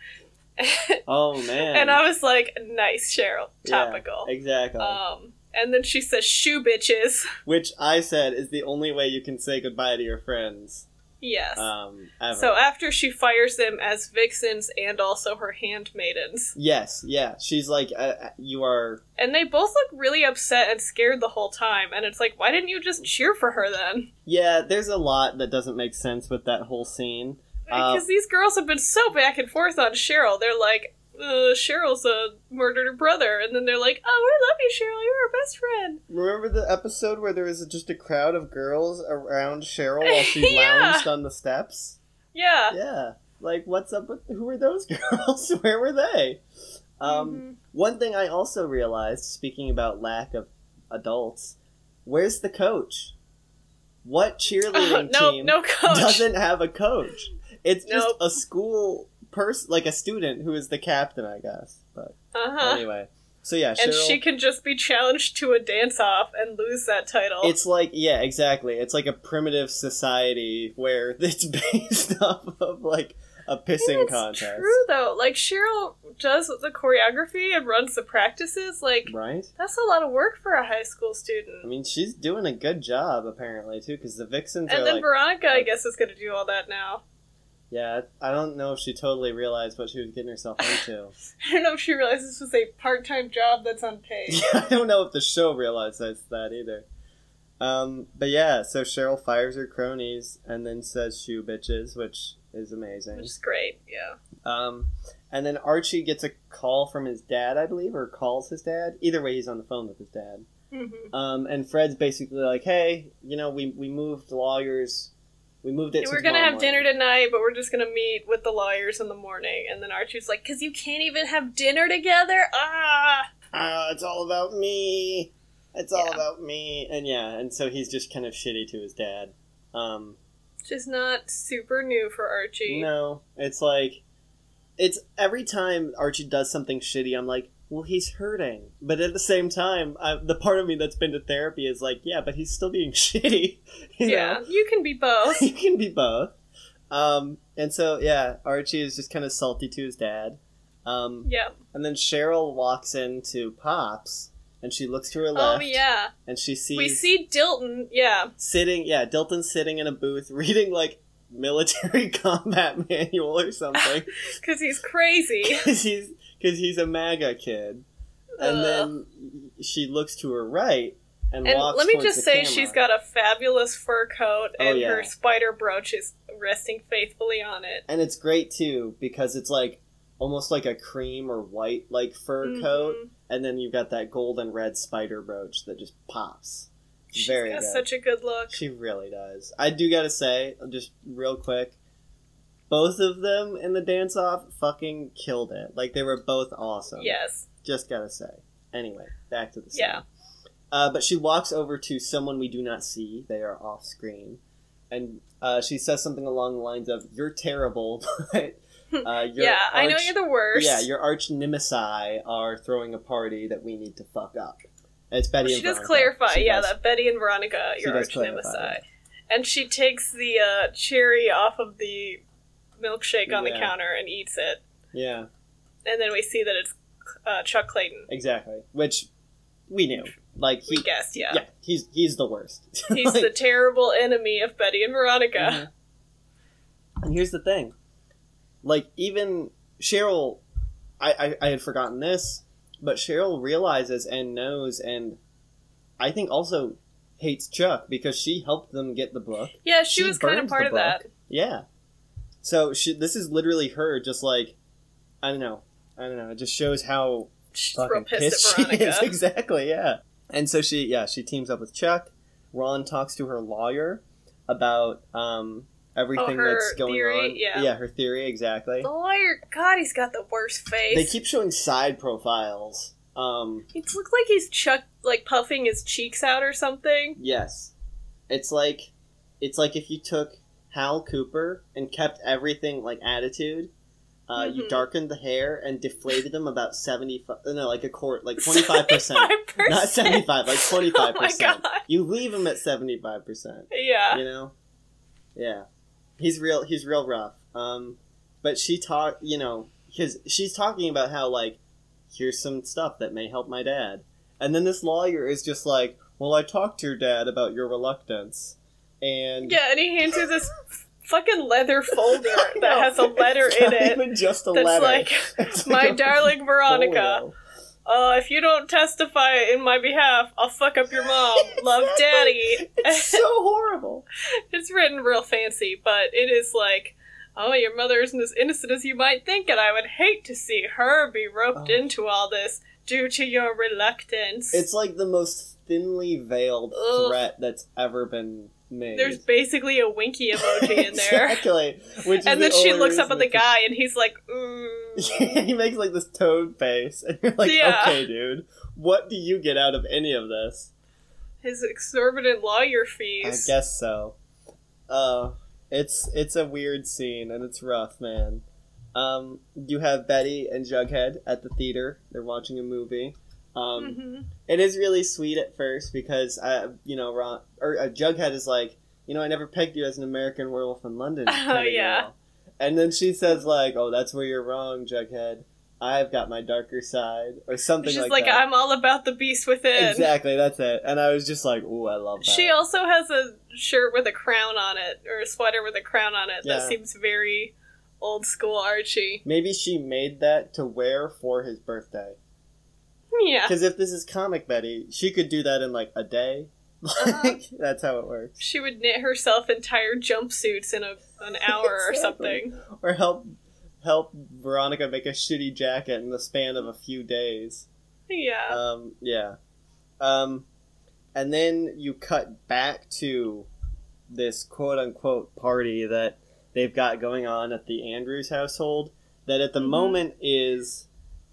Speaker 1: oh man.
Speaker 3: and I was like, "Nice, Cheryl, topical."
Speaker 1: Yeah, exactly.
Speaker 3: um, and then she says, "Shoe bitches."
Speaker 1: Which I said is the only way you can say goodbye to your friends.
Speaker 3: Yes.
Speaker 1: Um, ever.
Speaker 3: so after she fires them as vixens and also her handmaidens,
Speaker 1: yes, yeah, she's like, uh, uh, you are.
Speaker 3: and they both look really upset and scared the whole time, and it's like, why didn't you just cheer for her then?
Speaker 1: Yeah, there's a lot that doesn't make sense with that whole scene. Uh,
Speaker 3: Because these girls have been so back and forth on Cheryl. They're like, uh, Cheryl's uh, murdered her brother, and then they're like, "Oh, we love you, Cheryl. You're our best friend."
Speaker 1: Remember the episode where there was just a crowd of girls around Cheryl while she
Speaker 3: Yeah.
Speaker 1: lounged on the steps?
Speaker 3: Yeah.
Speaker 1: Yeah. Like, what's up with who are those girls? Where were they? Um,
Speaker 3: Mhm.
Speaker 1: One thing I also realized, speaking about lack of adults, where's the coach? What
Speaker 3: Uh,
Speaker 1: cheerleading
Speaker 3: no,
Speaker 1: team
Speaker 3: no coach.
Speaker 1: doesn't have a coach? It's
Speaker 3: Nope.
Speaker 1: just a school person, like a student who is the captain, I guess. But
Speaker 3: Uh-huh.
Speaker 1: anyway, so yeah, Cheryl,
Speaker 3: And she can just be challenged to a dance off and lose that title.
Speaker 1: It's like yeah, exactly. It's like a primitive society where it's based off of like a pissing
Speaker 3: It's
Speaker 1: contest,
Speaker 3: true though. Like Cheryl does the choreography and runs the practices. Like
Speaker 1: right?
Speaker 3: that's a lot of work for a high school student.
Speaker 1: I mean, she's doing a good job apparently too, because the vixens are
Speaker 3: and then
Speaker 1: like uh,
Speaker 3: Veronica, I guess, is going to do all that now.
Speaker 1: Yeah, I don't know if she totally realized what she was getting herself into.
Speaker 3: I don't know if she realized this was a part-time job that's unpaid.
Speaker 1: yeah, I don't know if the show realizes that either. Um, but yeah, so Cheryl fires her cronies and then says "shoe bitches," which is amazing.
Speaker 3: Which is great, yeah.
Speaker 1: Um, and then Archie gets a call from his dad, I believe, or calls his dad. Either way, he's on the phone with his dad.
Speaker 3: hmm
Speaker 1: Um, and Fred's basically like, "Hey, you know, we we moved lawyers, we moved it. to
Speaker 3: We're gonna
Speaker 1: tomorrow
Speaker 3: have
Speaker 1: morning."
Speaker 3: dinner tonight, but we're just gonna meet with the lawyers in the morning. And then Archie's like, "Cause you can't even have dinner together." Ah,
Speaker 1: ah, it's all about me. It's all about me. And yeah, and so he's just kind of shitty to his dad. Um,
Speaker 3: which is not super new for Archie.
Speaker 1: no, it's like, it's every time Archie does something shitty, I'm like, well, he's hurting. But at the same time, I, the part of me that's been to therapy is like, yeah, but he's still being shitty. You
Speaker 3: yeah,
Speaker 1: know?
Speaker 3: you can be both.
Speaker 1: you can be both. Um, and so, yeah, Archie is just kind of salty to his dad. Um,
Speaker 3: yeah.
Speaker 1: And then Cheryl walks into Pops, and she looks to her
Speaker 3: Oh
Speaker 1: left.
Speaker 3: yeah.
Speaker 1: and she sees
Speaker 3: We see Dilton. Yeah.
Speaker 1: sitting yeah dilton sitting in a booth reading like military combat manual or something
Speaker 3: Because he's crazy.
Speaker 1: because he's because he's a maga kid and then she looks to her right and,
Speaker 3: And
Speaker 1: walks
Speaker 3: let me
Speaker 1: towards
Speaker 3: just
Speaker 1: the
Speaker 3: say,
Speaker 1: camera.
Speaker 3: she's got a fabulous fur coat,
Speaker 1: Oh,
Speaker 3: and
Speaker 1: yeah.
Speaker 3: her spider brooch is resting faithfully on it.
Speaker 1: and it's great too because it's like almost like a cream or white like fur coat
Speaker 3: Mhm.
Speaker 1: and then you've got that gold and red spider brooch that just pops
Speaker 3: She's
Speaker 1: Very
Speaker 3: got
Speaker 1: good.
Speaker 3: such a good look.
Speaker 1: She really does. I do gotta say, just real quick, both of them in the dance off fucking killed it. Like they were both awesome.
Speaker 3: Yes.
Speaker 1: Just gotta say. Anyway, back to the scene.
Speaker 3: Yeah.
Speaker 1: Uh, but she walks over to someone we do not see. They are off screen, and uh, she says something along the lines of "You're terrible, but uh, your
Speaker 3: Hmm. yeah. I know
Speaker 1: arch-
Speaker 3: you're the worst.
Speaker 1: yeah your arch nemesis are throwing a party that we need to fuck up." It's Betty.
Speaker 3: She
Speaker 1: and
Speaker 3: does
Speaker 1: Veronica.
Speaker 3: clarify,
Speaker 1: She
Speaker 3: yeah,
Speaker 1: does.
Speaker 3: that Betty and Veronica,
Speaker 1: She
Speaker 3: your
Speaker 1: does
Speaker 3: arch nemesis.
Speaker 1: clarify.
Speaker 3: And she takes the uh, cherry off of the milkshake on the
Speaker 1: Yeah.
Speaker 3: counter and eats it.
Speaker 1: Yeah.
Speaker 3: And then we see that it's uh, Chuck Clayton.
Speaker 1: Exactly. Which we knew. Like he,
Speaker 3: We guessed, yeah.
Speaker 1: yeah, he's he's the worst.
Speaker 3: He's the
Speaker 1: Like, Mm-hmm.
Speaker 3: terrible enemy of Betty and Veronica.
Speaker 1: And here's the thing. Like even Cheryl I, I I had forgotten this, but Cheryl realizes and knows and I think also hates Chuck because she helped them get the book.
Speaker 3: Yeah, she,
Speaker 1: She
Speaker 3: was kind
Speaker 1: burned
Speaker 3: of
Speaker 1: the
Speaker 3: part of that.
Speaker 1: book. Yeah. So she, this is literally her just like I don't know. I don't know. It just shows how
Speaker 3: She's real
Speaker 1: fucking
Speaker 3: pissed
Speaker 1: pissed
Speaker 3: at
Speaker 1: she is.
Speaker 3: Veronica.
Speaker 1: Exactly, yeah. And so she, yeah, she teams up with Chuck. Ron talks to her lawyer about um, everything
Speaker 3: her
Speaker 1: that's going
Speaker 3: theory,
Speaker 1: on.
Speaker 3: yeah.
Speaker 1: her theory exactly.
Speaker 3: The lawyer, God, he's got the worst face.
Speaker 1: They keep showing side profiles. Um,
Speaker 3: It looks like he's Chuck, like puffing his cheeks out or something.
Speaker 1: yes, it's like it's like if you took Hal Cooper and kept everything like attitude. Uh, You
Speaker 3: Mhm.
Speaker 1: darkened the hair and deflated them about seventy, no, like a quart, like twenty five percent,
Speaker 3: 25%.
Speaker 1: not seventy five, like twenty five
Speaker 3: Oh
Speaker 1: percent.
Speaker 3: my god.
Speaker 1: You leave him at seventy five percent.
Speaker 3: Yeah.
Speaker 1: you know yeah he's real he's real rough um but she talk you know because she's talking about how like here's some stuff that may help my dad and then this lawyer is just like well i talked to your dad about your reluctance and
Speaker 3: Yeah, and he hands her this fucking leather folder
Speaker 1: I
Speaker 3: that
Speaker 1: know,
Speaker 3: has a letter
Speaker 1: it's
Speaker 3: in
Speaker 1: not
Speaker 3: it.
Speaker 1: even just a
Speaker 3: that's
Speaker 1: letter
Speaker 3: like,
Speaker 1: It's
Speaker 3: My
Speaker 1: like a
Speaker 3: darling Veronica,
Speaker 1: folio.
Speaker 3: uh, if you don't testify in my behalf, I'll fuck up your mom. Oh, Love
Speaker 1: Exactly.
Speaker 3: daddy.
Speaker 1: it's so horrible
Speaker 3: It's written real fancy, but it is like, Oh, your mother isn't as innocent as you might think, and I would hate to see her be roped
Speaker 1: Oh.
Speaker 3: into all this due to your reluctance.
Speaker 1: It's like the most thinly veiled
Speaker 3: Ugh.
Speaker 1: threat that's ever been made.
Speaker 3: There's basically a winky emoji in there.
Speaker 1: exactly. Which is
Speaker 3: and
Speaker 1: the
Speaker 3: then she
Speaker 1: only
Speaker 3: looks up at the
Speaker 1: reason
Speaker 3: guy, and he's like, mm.
Speaker 1: it's- he makes like this toad face, and you're like,
Speaker 3: Yeah.
Speaker 1: okay, dude, what do you get out of any of this?
Speaker 3: his exorbitant lawyer
Speaker 1: I
Speaker 3: fees.
Speaker 1: guess so. Uh, it's it's a weird scene, and it's rough, man. Um, you have Betty and Jughead at the theater. They're watching a movie. Um,
Speaker 3: Mhm.
Speaker 1: it is really sweet at first because uh, you know Ron or uh, Jughead is like, you know, I never pegged you as an American werewolf in London.
Speaker 3: Oh,
Speaker 1: kinda
Speaker 3: yeah.
Speaker 1: girl." And then she says like, "Oh, that's where you're wrong, Jughead. I've got my darker side," or something
Speaker 3: She's like,
Speaker 1: like, that.
Speaker 3: I'm all about the beast within.
Speaker 1: exactly, that's it. And I was just like, "Ooh, I love that."
Speaker 3: She also has a shirt with a crown on it, or a sweater with a crown on it.
Speaker 1: Yeah.
Speaker 3: That seems very old school Archie.
Speaker 1: Maybe she made that to wear for his birthday.
Speaker 3: Yeah.
Speaker 1: Because if this is comic Betty, she could do that in like a day.
Speaker 3: Uh-huh.
Speaker 1: Like that's how it works.
Speaker 3: She would knit herself entire jumpsuits in a, an hour or
Speaker 1: Exactly.
Speaker 3: something.
Speaker 1: or help help Veronica make a shitty jacket in the span of a few days.
Speaker 3: Yeah.
Speaker 1: Um, yeah, um, and then you cut back to this quote unquote party that they've got going on at the Andrews household. That at the
Speaker 3: Mhm.
Speaker 1: moment is,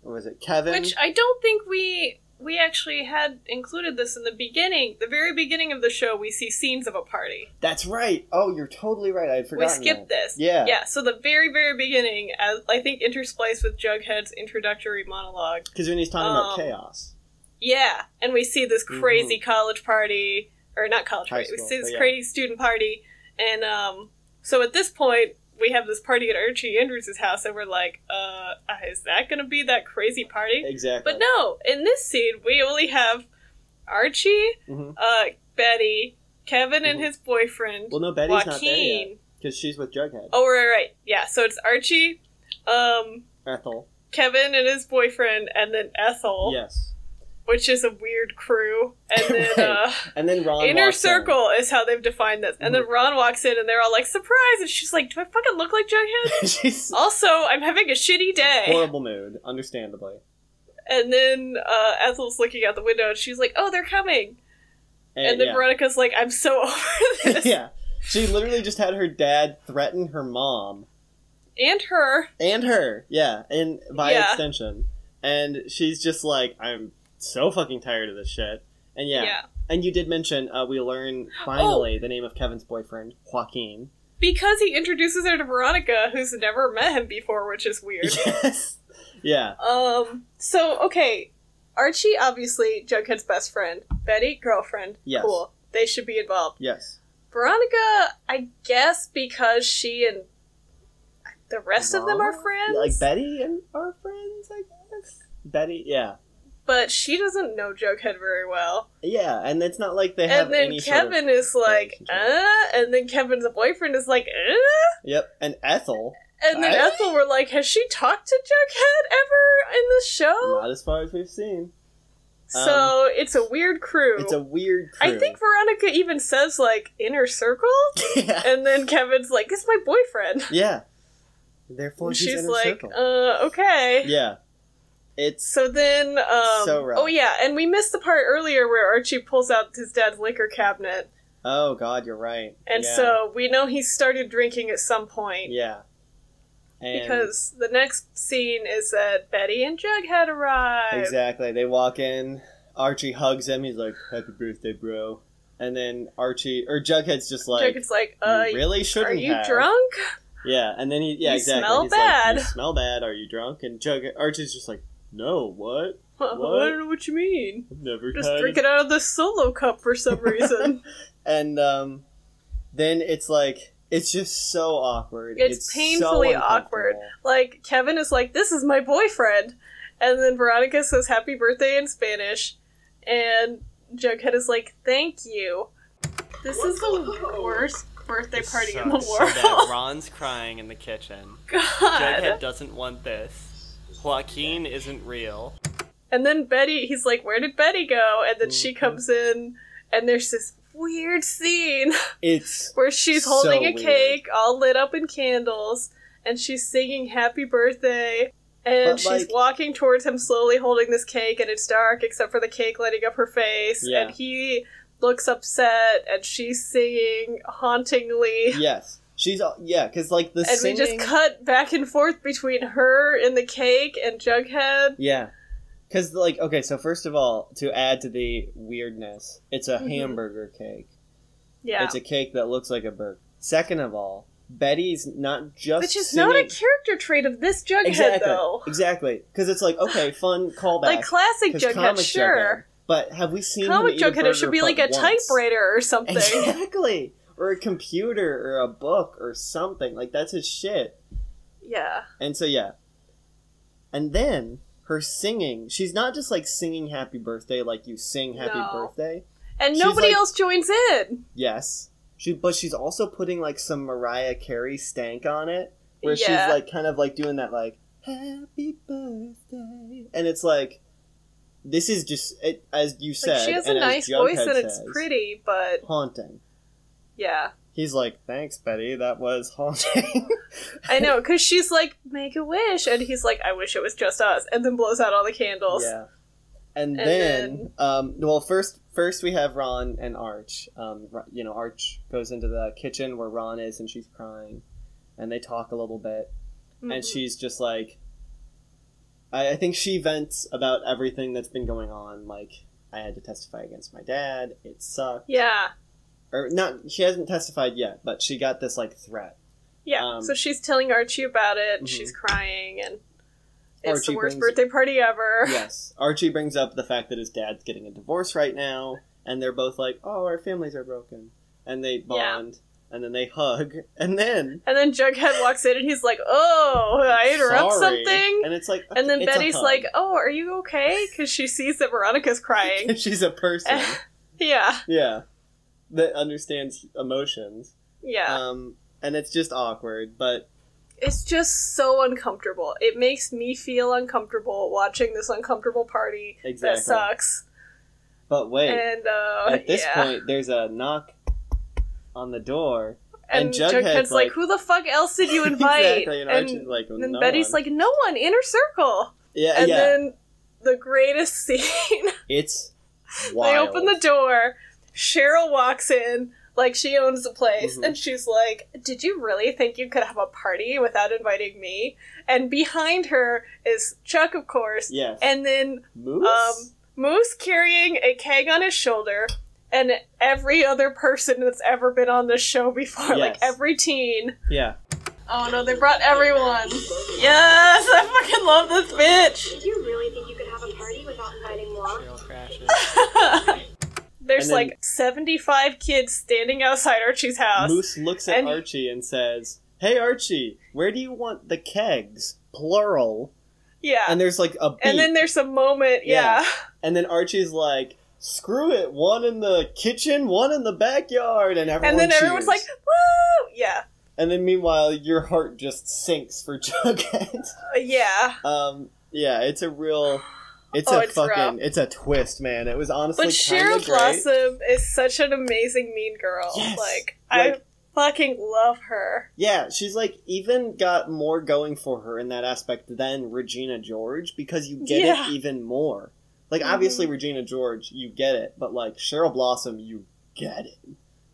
Speaker 1: or was it Kevin?
Speaker 3: Which I don't think we we actually had included this in the beginning. The very beginning of the show, we see scenes of a party.
Speaker 1: That's right. Oh, you're totally right. I had
Speaker 3: We
Speaker 1: forgotten. that.
Speaker 3: skipped this.
Speaker 1: Yeah.
Speaker 3: Yeah. So the very very beginning, as I think interspliced with Jughead's introductory monologue.
Speaker 1: because when he's talking about
Speaker 3: Um,
Speaker 1: chaos.
Speaker 3: Yeah, and we see this crazy college party, or not college
Speaker 1: Mm-hmm. High
Speaker 3: party.
Speaker 1: school,
Speaker 3: we see this
Speaker 1: but yeah.
Speaker 3: crazy student party, and um, so at this point we have this party at Archie Andrews' house, and we're like, uh, is that going to be that crazy party?
Speaker 1: Exactly.
Speaker 3: But no, in this scene we only have Archie,
Speaker 1: Mhm.
Speaker 3: uh, Betty, Kevin, and
Speaker 1: Mhm.
Speaker 3: his boyfriend
Speaker 1: Well, no, Betty's not there yet
Speaker 3: Joaquin.
Speaker 1: because she's with Jughead.
Speaker 3: Oh, right, right, yeah. So it's Archie, um,
Speaker 1: Ethel.
Speaker 3: Kevin and his boyfriend, and then Ethel,
Speaker 1: Yes.
Speaker 3: which is a weird crew, and then.
Speaker 1: Right.
Speaker 3: Uh,
Speaker 1: And then Ron.
Speaker 3: Inner
Speaker 1: walks in. Mm.
Speaker 3: circle is how they've defined this. And then Ron walks in and they're all like, surprise! And she's like, do I fucking look like Jughead?
Speaker 1: She's
Speaker 3: also, I'm having a shitty day.
Speaker 1: horrible mood, understandably.
Speaker 3: And then uh, Ethel's looking out the window and she's like, oh, they're coming. And then
Speaker 1: yeah.
Speaker 3: Veronica's like, I'm so over this.
Speaker 1: yeah, she literally just had her dad threaten her mom
Speaker 3: And her.
Speaker 1: and her. Yeah, and by
Speaker 3: Yeah.
Speaker 1: extension, and she's just like, I'm so fucking tired of this shit. And yeah, and you did mention uh, we learn finally
Speaker 3: Oh!
Speaker 1: the name of Kevin's boyfriend, Joaquin.
Speaker 3: Because he introduces her to Veronica, who's never met him before, which is weird.
Speaker 1: Yes. Yeah.
Speaker 3: um, so, okay. Archie, obviously, Jughead's best friend. Betty, girlfriend.
Speaker 1: Yes.
Speaker 3: Cool. They should be involved.
Speaker 1: Yes.
Speaker 3: Veronica, I guess because she and the rest of them are
Speaker 1: Ron?
Speaker 3: friends,
Speaker 1: Like Betty and our friends, I guess. Betty. Yeah.
Speaker 3: but she doesn't know Jughead very well.
Speaker 1: Yeah, and it's not like they have
Speaker 3: And then
Speaker 1: any sort of-
Speaker 3: Kevin is like,
Speaker 1: relationship.
Speaker 3: uh, and then Kevin's boyfriend is like, uh,
Speaker 1: Yep, and Ethel.
Speaker 3: and then
Speaker 1: I-
Speaker 3: Ethel were like, has she talked to Jughead ever in this show?
Speaker 1: Not as far as we've seen.
Speaker 3: so it's a weird crew.
Speaker 1: It's a weird. Crew.
Speaker 3: I think Veronica even says like inner circle,
Speaker 1: yeah.
Speaker 3: and then Kevin's like, it's my boyfriend.
Speaker 1: Yeah. Therefore,
Speaker 3: And
Speaker 1: he's
Speaker 3: she's
Speaker 1: in a
Speaker 3: like,
Speaker 1: circle.
Speaker 3: uh, okay.
Speaker 1: yeah. It's
Speaker 3: So then, um,
Speaker 1: So rough.
Speaker 3: oh yeah, and we missed the part earlier where Archie pulls out his dad's liquor cabinet,
Speaker 1: oh god, you're right.
Speaker 3: and
Speaker 1: Yeah.
Speaker 3: so we know he started drinking at some point
Speaker 1: yeah, and
Speaker 3: because the next scene is that Betty and Jughead arrive.
Speaker 1: exactly they walk in. Archie hugs him. He's like, "Happy birthday, bro." And then Archie or Jughead's just like,
Speaker 3: Jughead's like,
Speaker 1: "You
Speaker 3: uh,
Speaker 1: really
Speaker 3: are
Speaker 1: shouldn't."
Speaker 3: you
Speaker 1: have."
Speaker 3: drunk?
Speaker 1: Yeah, and then he yeah
Speaker 3: You
Speaker 1: exactly.
Speaker 3: smell
Speaker 1: He's Like,
Speaker 3: bad.
Speaker 1: you smell bad. Are you drunk? And Jughead Archie's just like, "No, what?
Speaker 3: I don't know what you mean.
Speaker 1: I've never
Speaker 3: Just
Speaker 1: had
Speaker 3: drink it out of the solo cup for some reason.
Speaker 1: and um, then it's like it's just so awkward.
Speaker 3: It's
Speaker 1: so
Speaker 3: painfully awkward.
Speaker 1: uncomfortable.
Speaker 3: like Kevin is like, "This is my boyfriend," and then Veronica says "Happy birthday" in Spanish, and Jughead is like, "Thank you."
Speaker 7: This is the worst birthday
Speaker 4: It
Speaker 7: party in the
Speaker 4: sucks
Speaker 7: world.
Speaker 4: so bad. Ron's crying in the kitchen. Jughead
Speaker 3: God.
Speaker 4: doesn't want this. Joaquin isn't real. Mm-hmm.
Speaker 3: And then Betty, he's like, "Where did Betty go?" And then she comes in, and there's this weird scene
Speaker 1: It's
Speaker 3: where she's
Speaker 1: So
Speaker 3: holding a
Speaker 1: weird.
Speaker 3: cake all lit up in candles and she's singing happy birthday and
Speaker 1: But,
Speaker 3: she's
Speaker 1: like-
Speaker 3: walking towards him slowly holding this cake and it's dark except for the cake lighting up her face
Speaker 1: Yeah.
Speaker 3: and he looks upset and she's singing hauntingly
Speaker 1: yes. She's all- yeah, because like the
Speaker 3: and
Speaker 1: singing.
Speaker 3: we just cut back and forth between her and the cake and Jughead.
Speaker 1: Yeah. Because, like, okay, so first of all, to add to the weirdness, it's a
Speaker 3: Mhm.
Speaker 1: hamburger cake.
Speaker 3: Yeah.
Speaker 1: It's a cake that looks like a burger. Second of all, Betty's not just.
Speaker 3: Which is
Speaker 1: singing-
Speaker 3: not a character trait of this Jughead,
Speaker 1: Exactly.
Speaker 3: though.
Speaker 1: Exactly. Because it's like, okay, fun callback.
Speaker 3: Like classic
Speaker 1: 'cause
Speaker 3: Jughead,
Speaker 1: comic Jughead.
Speaker 3: sure.
Speaker 1: But have we seen. him
Speaker 3: Comic
Speaker 1: eat a
Speaker 3: Jughead, it should
Speaker 1: burger
Speaker 3: be like a
Speaker 1: but once?
Speaker 3: typewriter or something.
Speaker 1: Exactly. Or a computer or a book or something. Like, that's his shit.
Speaker 3: Yeah.
Speaker 1: And so yeah. And then her singing, she's not just like singing happy birthday like you sing happy
Speaker 3: No.
Speaker 1: birthday.
Speaker 3: And
Speaker 1: She's
Speaker 3: nobody
Speaker 1: like-
Speaker 3: else joins in.
Speaker 1: Yes. She but she's also putting like some Mariah Carey stank on it where
Speaker 3: Yeah.
Speaker 1: she's like kind of like doing that like happy birthday. And it's like this is just it, as you said.
Speaker 3: Like, she has a
Speaker 1: and as
Speaker 3: nice
Speaker 1: Jughead
Speaker 3: voice and it's
Speaker 1: says,
Speaker 3: pretty, but
Speaker 1: haunting.
Speaker 3: yeah.
Speaker 1: He's like, "Thanks, Betty. That was haunting."
Speaker 3: I know, because she's like, make a wish. And he's like, I wish it was just us. And then blows out all the candles.
Speaker 1: Yeah. And,
Speaker 3: And
Speaker 1: then, um, well, first, first we have Ron and Arch. Um, Ro- you know, Arch goes into the kitchen where Ron is, and she's crying, and they talk a little bit, and
Speaker 3: Mhm.
Speaker 1: she's just like, I, I think she vents about everything that's been going on. Like, I had to testify against my dad. It sucked.
Speaker 3: Yeah.
Speaker 1: Or not. She hasn't testified yet, but she got this like threat.
Speaker 3: Yeah.
Speaker 1: Um,
Speaker 3: so she's telling Archie about it.
Speaker 1: Mhm.
Speaker 3: She's crying, and it's
Speaker 1: Archie
Speaker 3: the worst
Speaker 1: brings-
Speaker 3: birthday party ever.
Speaker 1: yes. Archie brings up the fact that his dad's getting a divorce right now, and they're both like, "Oh, our families are broken," and they bond, and then they hug, and then
Speaker 3: And then Jughead walks in, and he's like, "Oh, I interrupt
Speaker 1: sorry.
Speaker 3: something."
Speaker 1: and it's like,
Speaker 3: And then
Speaker 1: it's a
Speaker 3: Betty's
Speaker 1: hug.
Speaker 3: like, "Oh, are you okay?" Because she sees that Veronica's crying.
Speaker 1: she's a person,
Speaker 3: yeah,
Speaker 1: yeah, that understands emotions,
Speaker 3: yeah.
Speaker 1: um, and it's just awkward, but
Speaker 3: it's just so uncomfortable. It makes me feel uncomfortable watching this uncomfortable party
Speaker 1: Exactly.
Speaker 3: that sucks.
Speaker 1: but wait,
Speaker 3: and uh,
Speaker 1: at this
Speaker 3: yeah.
Speaker 1: point, there's a knock on the door,
Speaker 3: and,
Speaker 1: and
Speaker 3: Jughead's,
Speaker 1: Jughead's
Speaker 3: like,
Speaker 1: like-
Speaker 3: "Who the fuck else did you invite?"
Speaker 1: exactly, and Archie's
Speaker 3: and
Speaker 1: like, well,
Speaker 3: then
Speaker 1: no
Speaker 3: Betty's
Speaker 1: one.
Speaker 3: like, "No one, inner circle."
Speaker 1: yeah,
Speaker 3: And
Speaker 1: yeah,
Speaker 3: then the greatest scene.
Speaker 1: it's wild.
Speaker 3: They open the door. Cheryl walks in like she owns the place
Speaker 1: Mhm.
Speaker 3: and she's like, "Did you really think you could have a party without inviting me?" And behind her is Chuck, of course,
Speaker 1: Yes.
Speaker 3: and then
Speaker 1: Moose?
Speaker 3: um, Moose carrying a keg on his shoulder and every other person that's ever been on this show before, like
Speaker 1: Yes.
Speaker 3: every teen.
Speaker 1: yeah.
Speaker 7: Oh no, they brought everyone.
Speaker 3: Yes, I fucking love this bitch.
Speaker 6: Did you really think you could have a party without inviting Laura?
Speaker 4: Cheryl crashes.
Speaker 3: There's
Speaker 1: And then-
Speaker 3: like 75 kids standing outside Archie's house.
Speaker 1: Moose looks at
Speaker 3: And-
Speaker 1: Archie and says, "Hey Archie, where do you want the kegs?" Plural.
Speaker 3: yeah.
Speaker 1: And there's like a beat.
Speaker 3: And then there's a moment, yeah.
Speaker 1: Archie's like, "Screw it! One in the kitchen, one in the backyard," and everyone.
Speaker 3: and then everyone's like,
Speaker 1: cheers.
Speaker 3: woo! Yeah.
Speaker 1: And then meanwhile, your heart just sinks for Jughead.
Speaker 3: Uh, Yeah.
Speaker 1: um. Yeah, it's a real. It's
Speaker 3: Oh,
Speaker 1: a
Speaker 3: it's
Speaker 1: fucking.
Speaker 3: rough.
Speaker 1: It's a twist, man. It was honestly.
Speaker 3: But
Speaker 1: kinda
Speaker 3: Cheryl
Speaker 1: great.
Speaker 3: Blossom is such an amazing mean girl.
Speaker 1: Yes.
Speaker 3: Like,
Speaker 1: Like-
Speaker 3: I fucking love her.
Speaker 1: Yeah, she's like even got more going for her in that aspect than Regina George because you get
Speaker 3: Yeah. Mm-hmm.
Speaker 1: it even more. Like obviously Regina George, you get it, but like Cheryl Blossom, you get it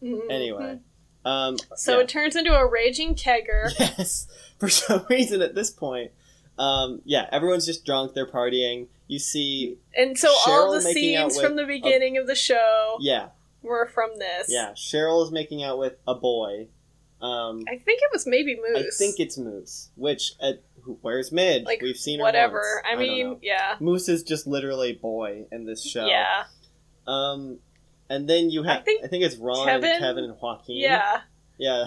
Speaker 1: Mm-hmm.
Speaker 3: Mhm.
Speaker 1: anyway. Um,
Speaker 3: So
Speaker 1: yeah.
Speaker 3: it turns into a raging kegger.
Speaker 1: yes, for some reason at this point, um, yeah, everyone's just drunk. They're partying. You see,
Speaker 3: And so all
Speaker 1: Cheryl
Speaker 3: the
Speaker 1: making out
Speaker 3: scenes
Speaker 1: with
Speaker 3: from the beginning of the show
Speaker 1: yeah,
Speaker 3: were from this.
Speaker 1: yeah, Cheryl is making out with a boy. Um,
Speaker 3: I think it was maybe Moose.
Speaker 1: I think it's Moose, which at, who, where's Midge?
Speaker 3: like
Speaker 1: We've seen her
Speaker 3: whatever.
Speaker 1: once.
Speaker 3: I
Speaker 1: don't know.
Speaker 3: mean, yeah.
Speaker 1: Moose is just literally boy in this show.
Speaker 3: Yeah.
Speaker 1: Um, and then you have
Speaker 3: I
Speaker 1: I
Speaker 3: think
Speaker 1: think, it's Ron
Speaker 3: Kevin-
Speaker 1: and Kevin and Joaquin.
Speaker 3: Yeah.
Speaker 1: Yeah.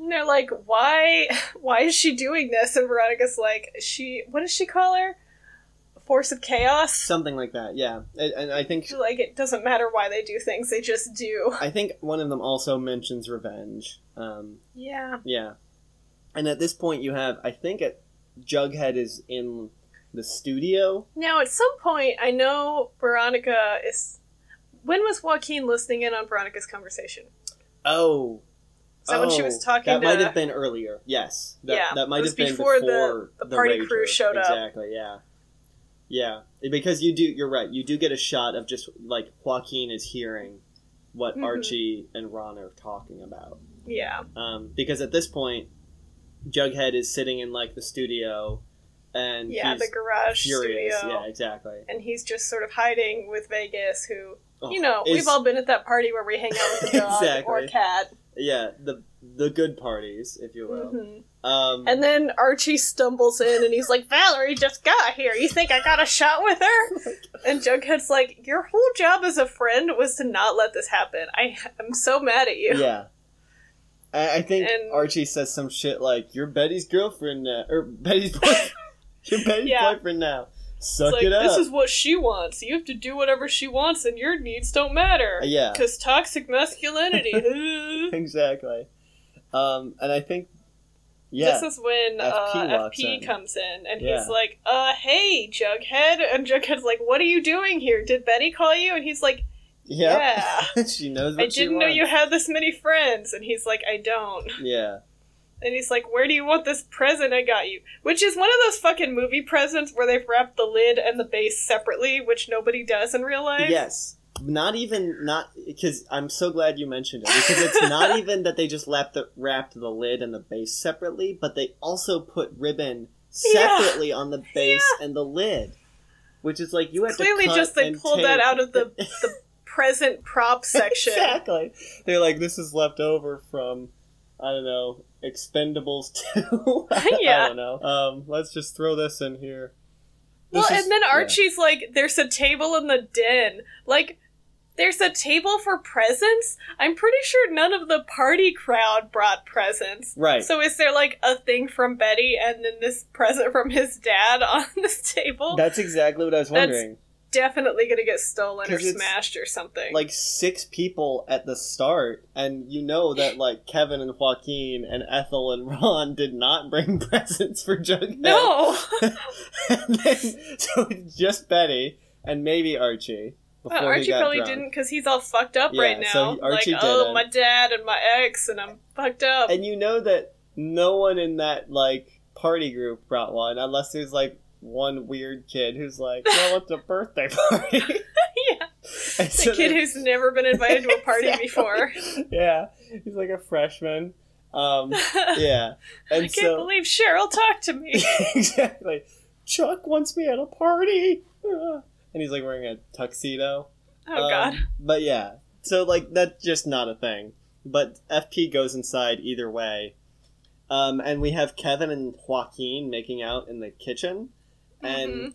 Speaker 3: And they're like, why why is she doing this? And Veronica's like, she what does she call her? Force of chaos?
Speaker 1: Something like that. Yeah. And, and I think
Speaker 3: Like it doesn't matter why they do things, they just do.
Speaker 1: I think one of them also mentions revenge. Um,
Speaker 3: Yeah.
Speaker 1: yeah. And at this point, you have I think it, Jughead is in the studio.
Speaker 3: Now at some point I know Veronica is When was Joaquin listening in on Veronica's conversation?
Speaker 1: Oh.
Speaker 3: Is that when she
Speaker 1: oh,
Speaker 3: was talking
Speaker 1: That
Speaker 3: to-
Speaker 1: might have been earlier. Yes. That,
Speaker 3: Yeah,
Speaker 1: That
Speaker 3: it
Speaker 1: might
Speaker 3: was
Speaker 1: have been
Speaker 3: before
Speaker 1: before,
Speaker 3: the- the party crew
Speaker 1: rager.
Speaker 3: showed up.
Speaker 1: Exactly. Yeah. Yeah. Because you do. You're right. You do get a shot of just like Joaquin is hearing what
Speaker 3: Mhm.
Speaker 1: Archie and Ron are talking about.
Speaker 3: Yeah.
Speaker 1: Um, because at this point, Jughead is sitting in like the studio, and
Speaker 3: Yeah,
Speaker 1: he's
Speaker 3: the garage
Speaker 1: furious.
Speaker 3: studio.
Speaker 1: Yeah. Exactly.
Speaker 3: And he's just sort of hiding with Vegas, who, you
Speaker 1: Oh,
Speaker 3: know,
Speaker 1: is-
Speaker 3: we've all been at that party where we hang out with a dog or
Speaker 1: Exactly.
Speaker 3: cat.
Speaker 1: Yeah. The the good parties, if you will.
Speaker 3: hmm
Speaker 1: Um,
Speaker 3: And then Archie stumbles in and he's like, Valerie just got here. You think I got a shot with
Speaker 1: Oh
Speaker 3: her? And Jughead's like, Your whole job as a friend was to not let this happen. I am so mad at you.
Speaker 1: Yeah. I, I think
Speaker 3: And-
Speaker 1: Archie says some shit like, "You're Betty's girlfriend now," or "Betty's boyfriend." "You're Betty's
Speaker 3: Yeah.
Speaker 1: boyfriend now." Suck
Speaker 3: It's like,
Speaker 1: it up.
Speaker 3: this is what she wants. You have to do whatever she wants, and your needs don't matter.
Speaker 1: Uh, Yeah.
Speaker 3: Because toxic masculinity. this
Speaker 1: exactly. Um, and I think, yeah,
Speaker 3: is
Speaker 1: FP
Speaker 3: when uh,
Speaker 1: walks
Speaker 3: FP
Speaker 1: in.
Speaker 3: comes in, and
Speaker 1: Yeah.
Speaker 3: he's like, uh, hey, Jughead. And Jughead's like, what are you doing here? Did Betty call you? And he's like,
Speaker 1: yeah. she knows. What
Speaker 3: I
Speaker 1: she
Speaker 3: didn't know you
Speaker 1: wants.
Speaker 3: had this many friends. And he's like, I don't.
Speaker 1: Yeah,
Speaker 3: And he's like, Where do you want this present I got you? Which is one of those fucking movie presents where they've wrapped the lid and the base separately, which nobody does in real life.
Speaker 1: yes. Not even not because I'm so glad you mentioned it because it's not even that they just wrapped the wrapped the lid and the base separately, but they also put ribbon
Speaker 3: Yeah.
Speaker 1: separately on the base and the lid, which is like you have
Speaker 3: Clearly
Speaker 1: to cut
Speaker 3: just they
Speaker 1: and
Speaker 3: pulled that
Speaker 1: tape.
Speaker 3: out of the the present prop section.
Speaker 1: Exactly. They're like, this is left over from, I don't know, Expendables 2. I
Speaker 3: Yeah.
Speaker 1: don't know. Um, let's just throw this in here.
Speaker 3: Well,
Speaker 1: This is-
Speaker 3: and then Archie's like, There's a table in the den. Like there's a table for presents? I'm pretty sure none of the party crowd brought presents.
Speaker 1: Right.
Speaker 3: So is there like a thing from Betty and then this present from his dad on this table?
Speaker 1: That's exactly what I was
Speaker 3: That's-
Speaker 1: wondering.
Speaker 3: definitely gonna get stolen or
Speaker 1: 'Cause it's-
Speaker 3: smashed or something.
Speaker 1: Like six people at the start, and you know that like Kevin and Joaquin and Ethel and Ron did not bring presents for Jughead.
Speaker 3: no,
Speaker 1: And then- so it's just Betty and maybe Archie.
Speaker 3: Uh,
Speaker 1: Before he
Speaker 3: Archie
Speaker 1: got
Speaker 3: probably
Speaker 1: drunk.
Speaker 3: didn't because he's all fucked up
Speaker 1: Yeah,
Speaker 3: right now.
Speaker 1: so he- Archie
Speaker 3: like, oh,
Speaker 1: didn't.
Speaker 3: my dad and my ex, and I'm fucked up.
Speaker 1: and you know that no one in that like party group brought one unless there's like one weird kid who's like well it's a birthday party
Speaker 3: yeah,
Speaker 1: And
Speaker 3: the
Speaker 1: so
Speaker 3: kid
Speaker 1: they-
Speaker 3: who's never been invited to a party
Speaker 1: Exactly.
Speaker 3: before.
Speaker 1: yeah he's like a freshman um yeah
Speaker 3: I
Speaker 1: and
Speaker 3: can't
Speaker 1: so
Speaker 3: believe Cheryl talked to me.
Speaker 1: exactly chuck wants me at a party Ah. and he's like wearing a tuxedo
Speaker 3: Oh
Speaker 1: Um,
Speaker 3: God,
Speaker 1: but yeah so like that's just not a thing but fp goes inside either way um, and we have kevin and joaquin making out in the kitchen and
Speaker 3: Mhm.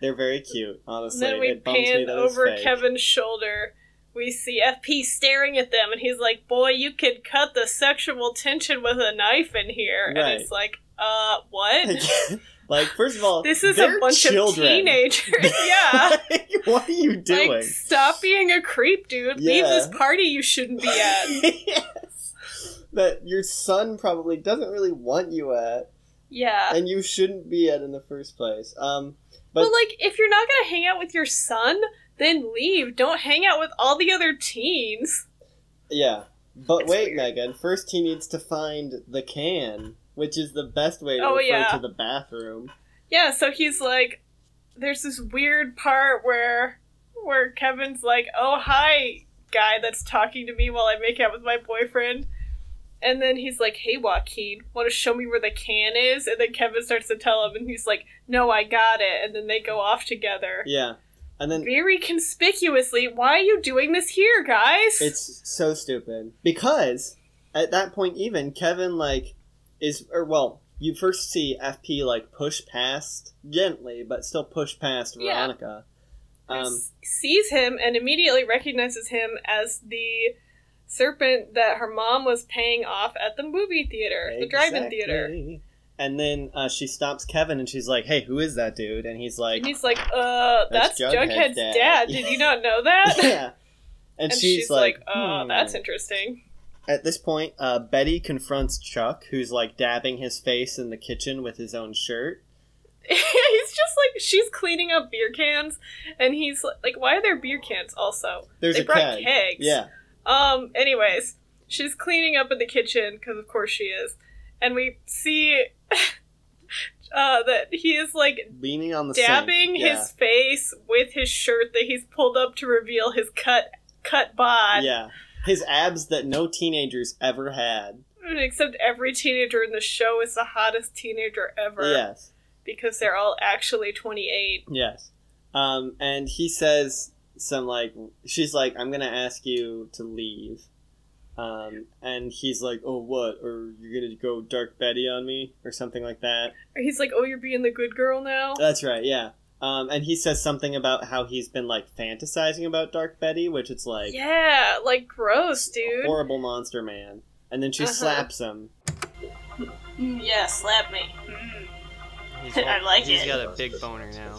Speaker 1: they're very cute
Speaker 3: And
Speaker 1: honestly
Speaker 3: then we
Speaker 1: it bums me
Speaker 3: pan
Speaker 1: that it's
Speaker 3: over
Speaker 1: fake.
Speaker 3: Kevin's shoulder. We see FP staring at them, and he's like, "Boy, you could cut the sexual tension with a knife in here."
Speaker 1: Right.
Speaker 3: And it's like, "Uh, what?"
Speaker 1: like first of all
Speaker 3: This is
Speaker 1: they're
Speaker 3: a bunch
Speaker 1: children.
Speaker 3: of teenagers. yeah.
Speaker 1: Like, what are you doing
Speaker 3: Like, stop being a creep, dude. Leave
Speaker 1: Yeah.
Speaker 3: this party you shouldn't be at.
Speaker 1: yes that your son probably doesn't really want you at
Speaker 3: Yeah.
Speaker 1: and you shouldn't be at in the first place um
Speaker 3: But,
Speaker 1: but-
Speaker 3: like, if you're not gonna hang out with your son, then leave. Don't hang out with all the other teens.
Speaker 1: Yeah. But
Speaker 3: It's
Speaker 1: wait,
Speaker 3: weird.
Speaker 1: Megan. First, he needs to find the can, which is the best way to
Speaker 3: Oh,
Speaker 1: refer
Speaker 3: yeah.
Speaker 1: to the bathroom.
Speaker 3: Yeah, so he's like, there's this weird part where where Kevin's like, "Oh hi, guy that's talking to me while I make out with my boyfriend," and then he's like, "Hey Joaquin, want to show me where the can is?" And then Kevin starts to tell him, and he's like, "No, I got it." And then they go off together.
Speaker 1: Yeah. And then
Speaker 3: Very conspicuously, why are you doing this here, guys?
Speaker 1: it's so stupid because at that point, even Kevin like is or well, you first see FP like push past gently, but still push past
Speaker 3: Yeah.
Speaker 1: Veronica. Um,
Speaker 3: S- sees him and immediately recognizes him as the serpent that her mom was paying off at the movie theater, the drive-in
Speaker 1: exactly.
Speaker 3: theater.
Speaker 1: And then uh, she stops Kevin, and she's like, "Hey, who is that dude?" And he's like,
Speaker 3: And he's like, "Uh,
Speaker 1: That's
Speaker 3: that's,
Speaker 1: Jughead's
Speaker 3: Jughead's
Speaker 1: dad."
Speaker 3: dad. Did you not know that?"
Speaker 1: "Yeah." And,
Speaker 3: And
Speaker 1: she's, like,
Speaker 3: "Oh,
Speaker 1: "Hmm."
Speaker 3: that's interesting."
Speaker 1: At this point, uh, Betty confronts Chuck, who's like dabbing his face in the kitchen with his own shirt.
Speaker 3: he's just like she's cleaning up beer cans, and he's li- like, "Why are there beer cans?" Also,
Speaker 1: There's
Speaker 3: they
Speaker 1: a
Speaker 3: brought
Speaker 1: keg.
Speaker 3: kegs.
Speaker 1: Yeah.
Speaker 3: Um. Anyways, she's cleaning up in the kitchen because, of course, she is, and we see uh, that he is like
Speaker 1: Leaning on the sink.
Speaker 3: dabbing
Speaker 1: Yeah.
Speaker 3: his face with his shirt that he's pulled up to reveal his cut cut bod.
Speaker 1: Yeah. His abs that no teenagers ever had.
Speaker 3: Except every teenager in the show is the hottest teenager ever
Speaker 1: Yes.
Speaker 3: because they're all actually twenty eight.
Speaker 1: Yes. Um, and he says some like she's like, I'm gonna ask you to leave. Um, and he's like, Oh what? Or you're gonna go dark Betty on me or something like that.
Speaker 3: He's like, "Oh, you're being the good girl now."
Speaker 1: That's right, yeah. Um, and he says something about how he's been like fantasizing about Dark Betty, which it's like
Speaker 3: yeah, like gross, dude.
Speaker 1: horrible monster man. And then she
Speaker 3: Uh-huh.
Speaker 1: slaps him.
Speaker 7: Mm, yeah, slap me.
Speaker 2: Mm.
Speaker 4: He's
Speaker 7: I like
Speaker 4: he's
Speaker 7: it.
Speaker 4: got a big boner now.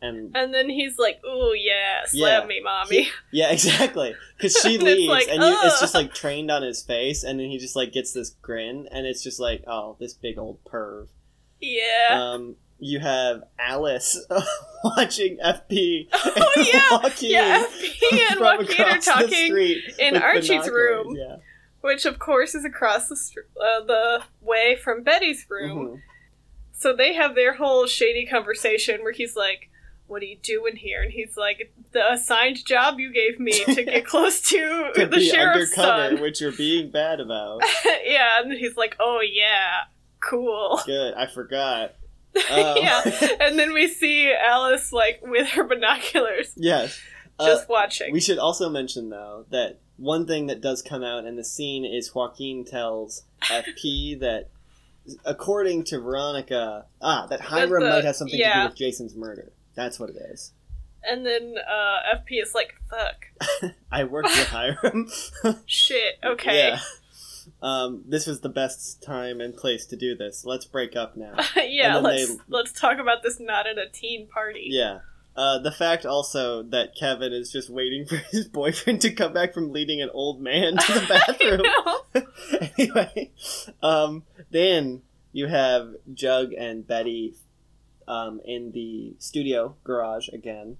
Speaker 1: And
Speaker 3: and then he's like, "Ooh, yeah, slap
Speaker 1: Yeah.
Speaker 3: me, mommy."
Speaker 1: yeah, exactly. Because she
Speaker 3: And it's
Speaker 1: leaves,
Speaker 3: like,
Speaker 1: and you, it's
Speaker 3: ugh.
Speaker 1: just like trained on his face, and then he just like gets this grin, and it's just like, oh, this big old perv.
Speaker 3: yeah.
Speaker 1: Um, you have Alice watching FP.
Speaker 3: Oh,
Speaker 1: and
Speaker 3: yeah.
Speaker 1: Joaquin
Speaker 3: yeah, FP and
Speaker 1: from
Speaker 3: Joaquin are
Speaker 1: across the
Speaker 3: talking,
Speaker 1: street
Speaker 3: in
Speaker 1: with
Speaker 3: Archie's
Speaker 1: binoculars,
Speaker 3: room.
Speaker 1: Yeah.
Speaker 3: which of course is across the str- uh, the way from Betty's room.
Speaker 1: Mhm.
Speaker 3: So they have their whole shady conversation where he's like, "What are you doing here?" And he's like, "The assigned job you gave me to get close to
Speaker 1: could
Speaker 3: the
Speaker 1: be
Speaker 3: sheriff's
Speaker 1: undercover,
Speaker 3: son."
Speaker 1: which you're being bad about.
Speaker 3: yeah, and he's like, "Oh yeah, cool."
Speaker 1: Good, I forgot. Um,
Speaker 3: yeah, and then we see Alice like with her binoculars,
Speaker 1: Yes. Uh,
Speaker 3: just watching.
Speaker 1: we should also mention though that one thing that does come out in the scene is Joaquin tells FP that, according to Veronica, ah, that Hiram
Speaker 3: the-
Speaker 1: might have something to do
Speaker 3: yeah.
Speaker 1: with Jason's murder. That's what it is.
Speaker 3: And then uh, FP is like, "Fuck,
Speaker 1: I worked with Hiram.
Speaker 3: shit, okay."
Speaker 1: Yeah. Um, this was the best time and place to do this. Let's break up now. And
Speaker 3: yeah,
Speaker 1: then
Speaker 3: let's
Speaker 1: they-
Speaker 3: let's talk about this not at a teen party.
Speaker 1: Yeah. Uh, the fact also that Kevin is just waiting for his boyfriend to come back from leading an old man to the bathroom. anyway, um, then you have Jug and Betty um, in the studio garage again.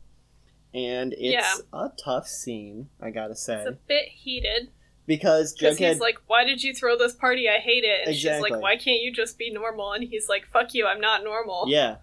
Speaker 1: And it's a tough scene, I gotta say.
Speaker 3: It's a bit heated
Speaker 1: Because
Speaker 3: because
Speaker 1: Jughead.
Speaker 3: he's like, "Why did you throw this party? I hate it." And she's
Speaker 1: Exactly.
Speaker 3: like, "Why can't you just be normal?" And he's like, "Fuck you, I'm not normal."
Speaker 1: yeah.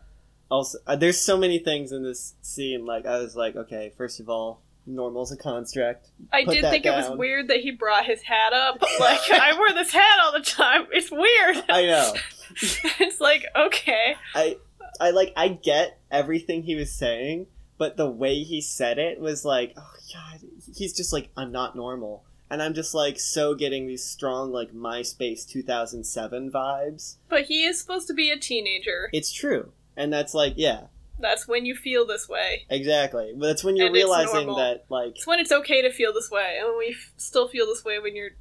Speaker 1: Also, uh, there's so many things in this scene. Like, I was like, okay, first of all, normal's a construct.
Speaker 3: I
Speaker 1: Put
Speaker 3: did
Speaker 1: that
Speaker 3: think it was
Speaker 1: down.
Speaker 3: weird that he brought his hat up. Like, I wear this hat all the time. It's weird.
Speaker 1: I know.
Speaker 3: it's like, okay.
Speaker 1: I I like I get everything he was saying, but the way he said it was like, oh god, he's just like I'm not normal, and I'm just like so getting these strong like MySpace 2007 vibes.
Speaker 3: But he is supposed to be a teenager.
Speaker 1: It's true, and that's like yeah,
Speaker 3: That's when you feel this way.
Speaker 1: exactly. But that's when you're
Speaker 3: And it's
Speaker 1: realizing
Speaker 3: normal.
Speaker 1: that like
Speaker 3: It's when it's okay to feel this way, and we f- still feel this way when you're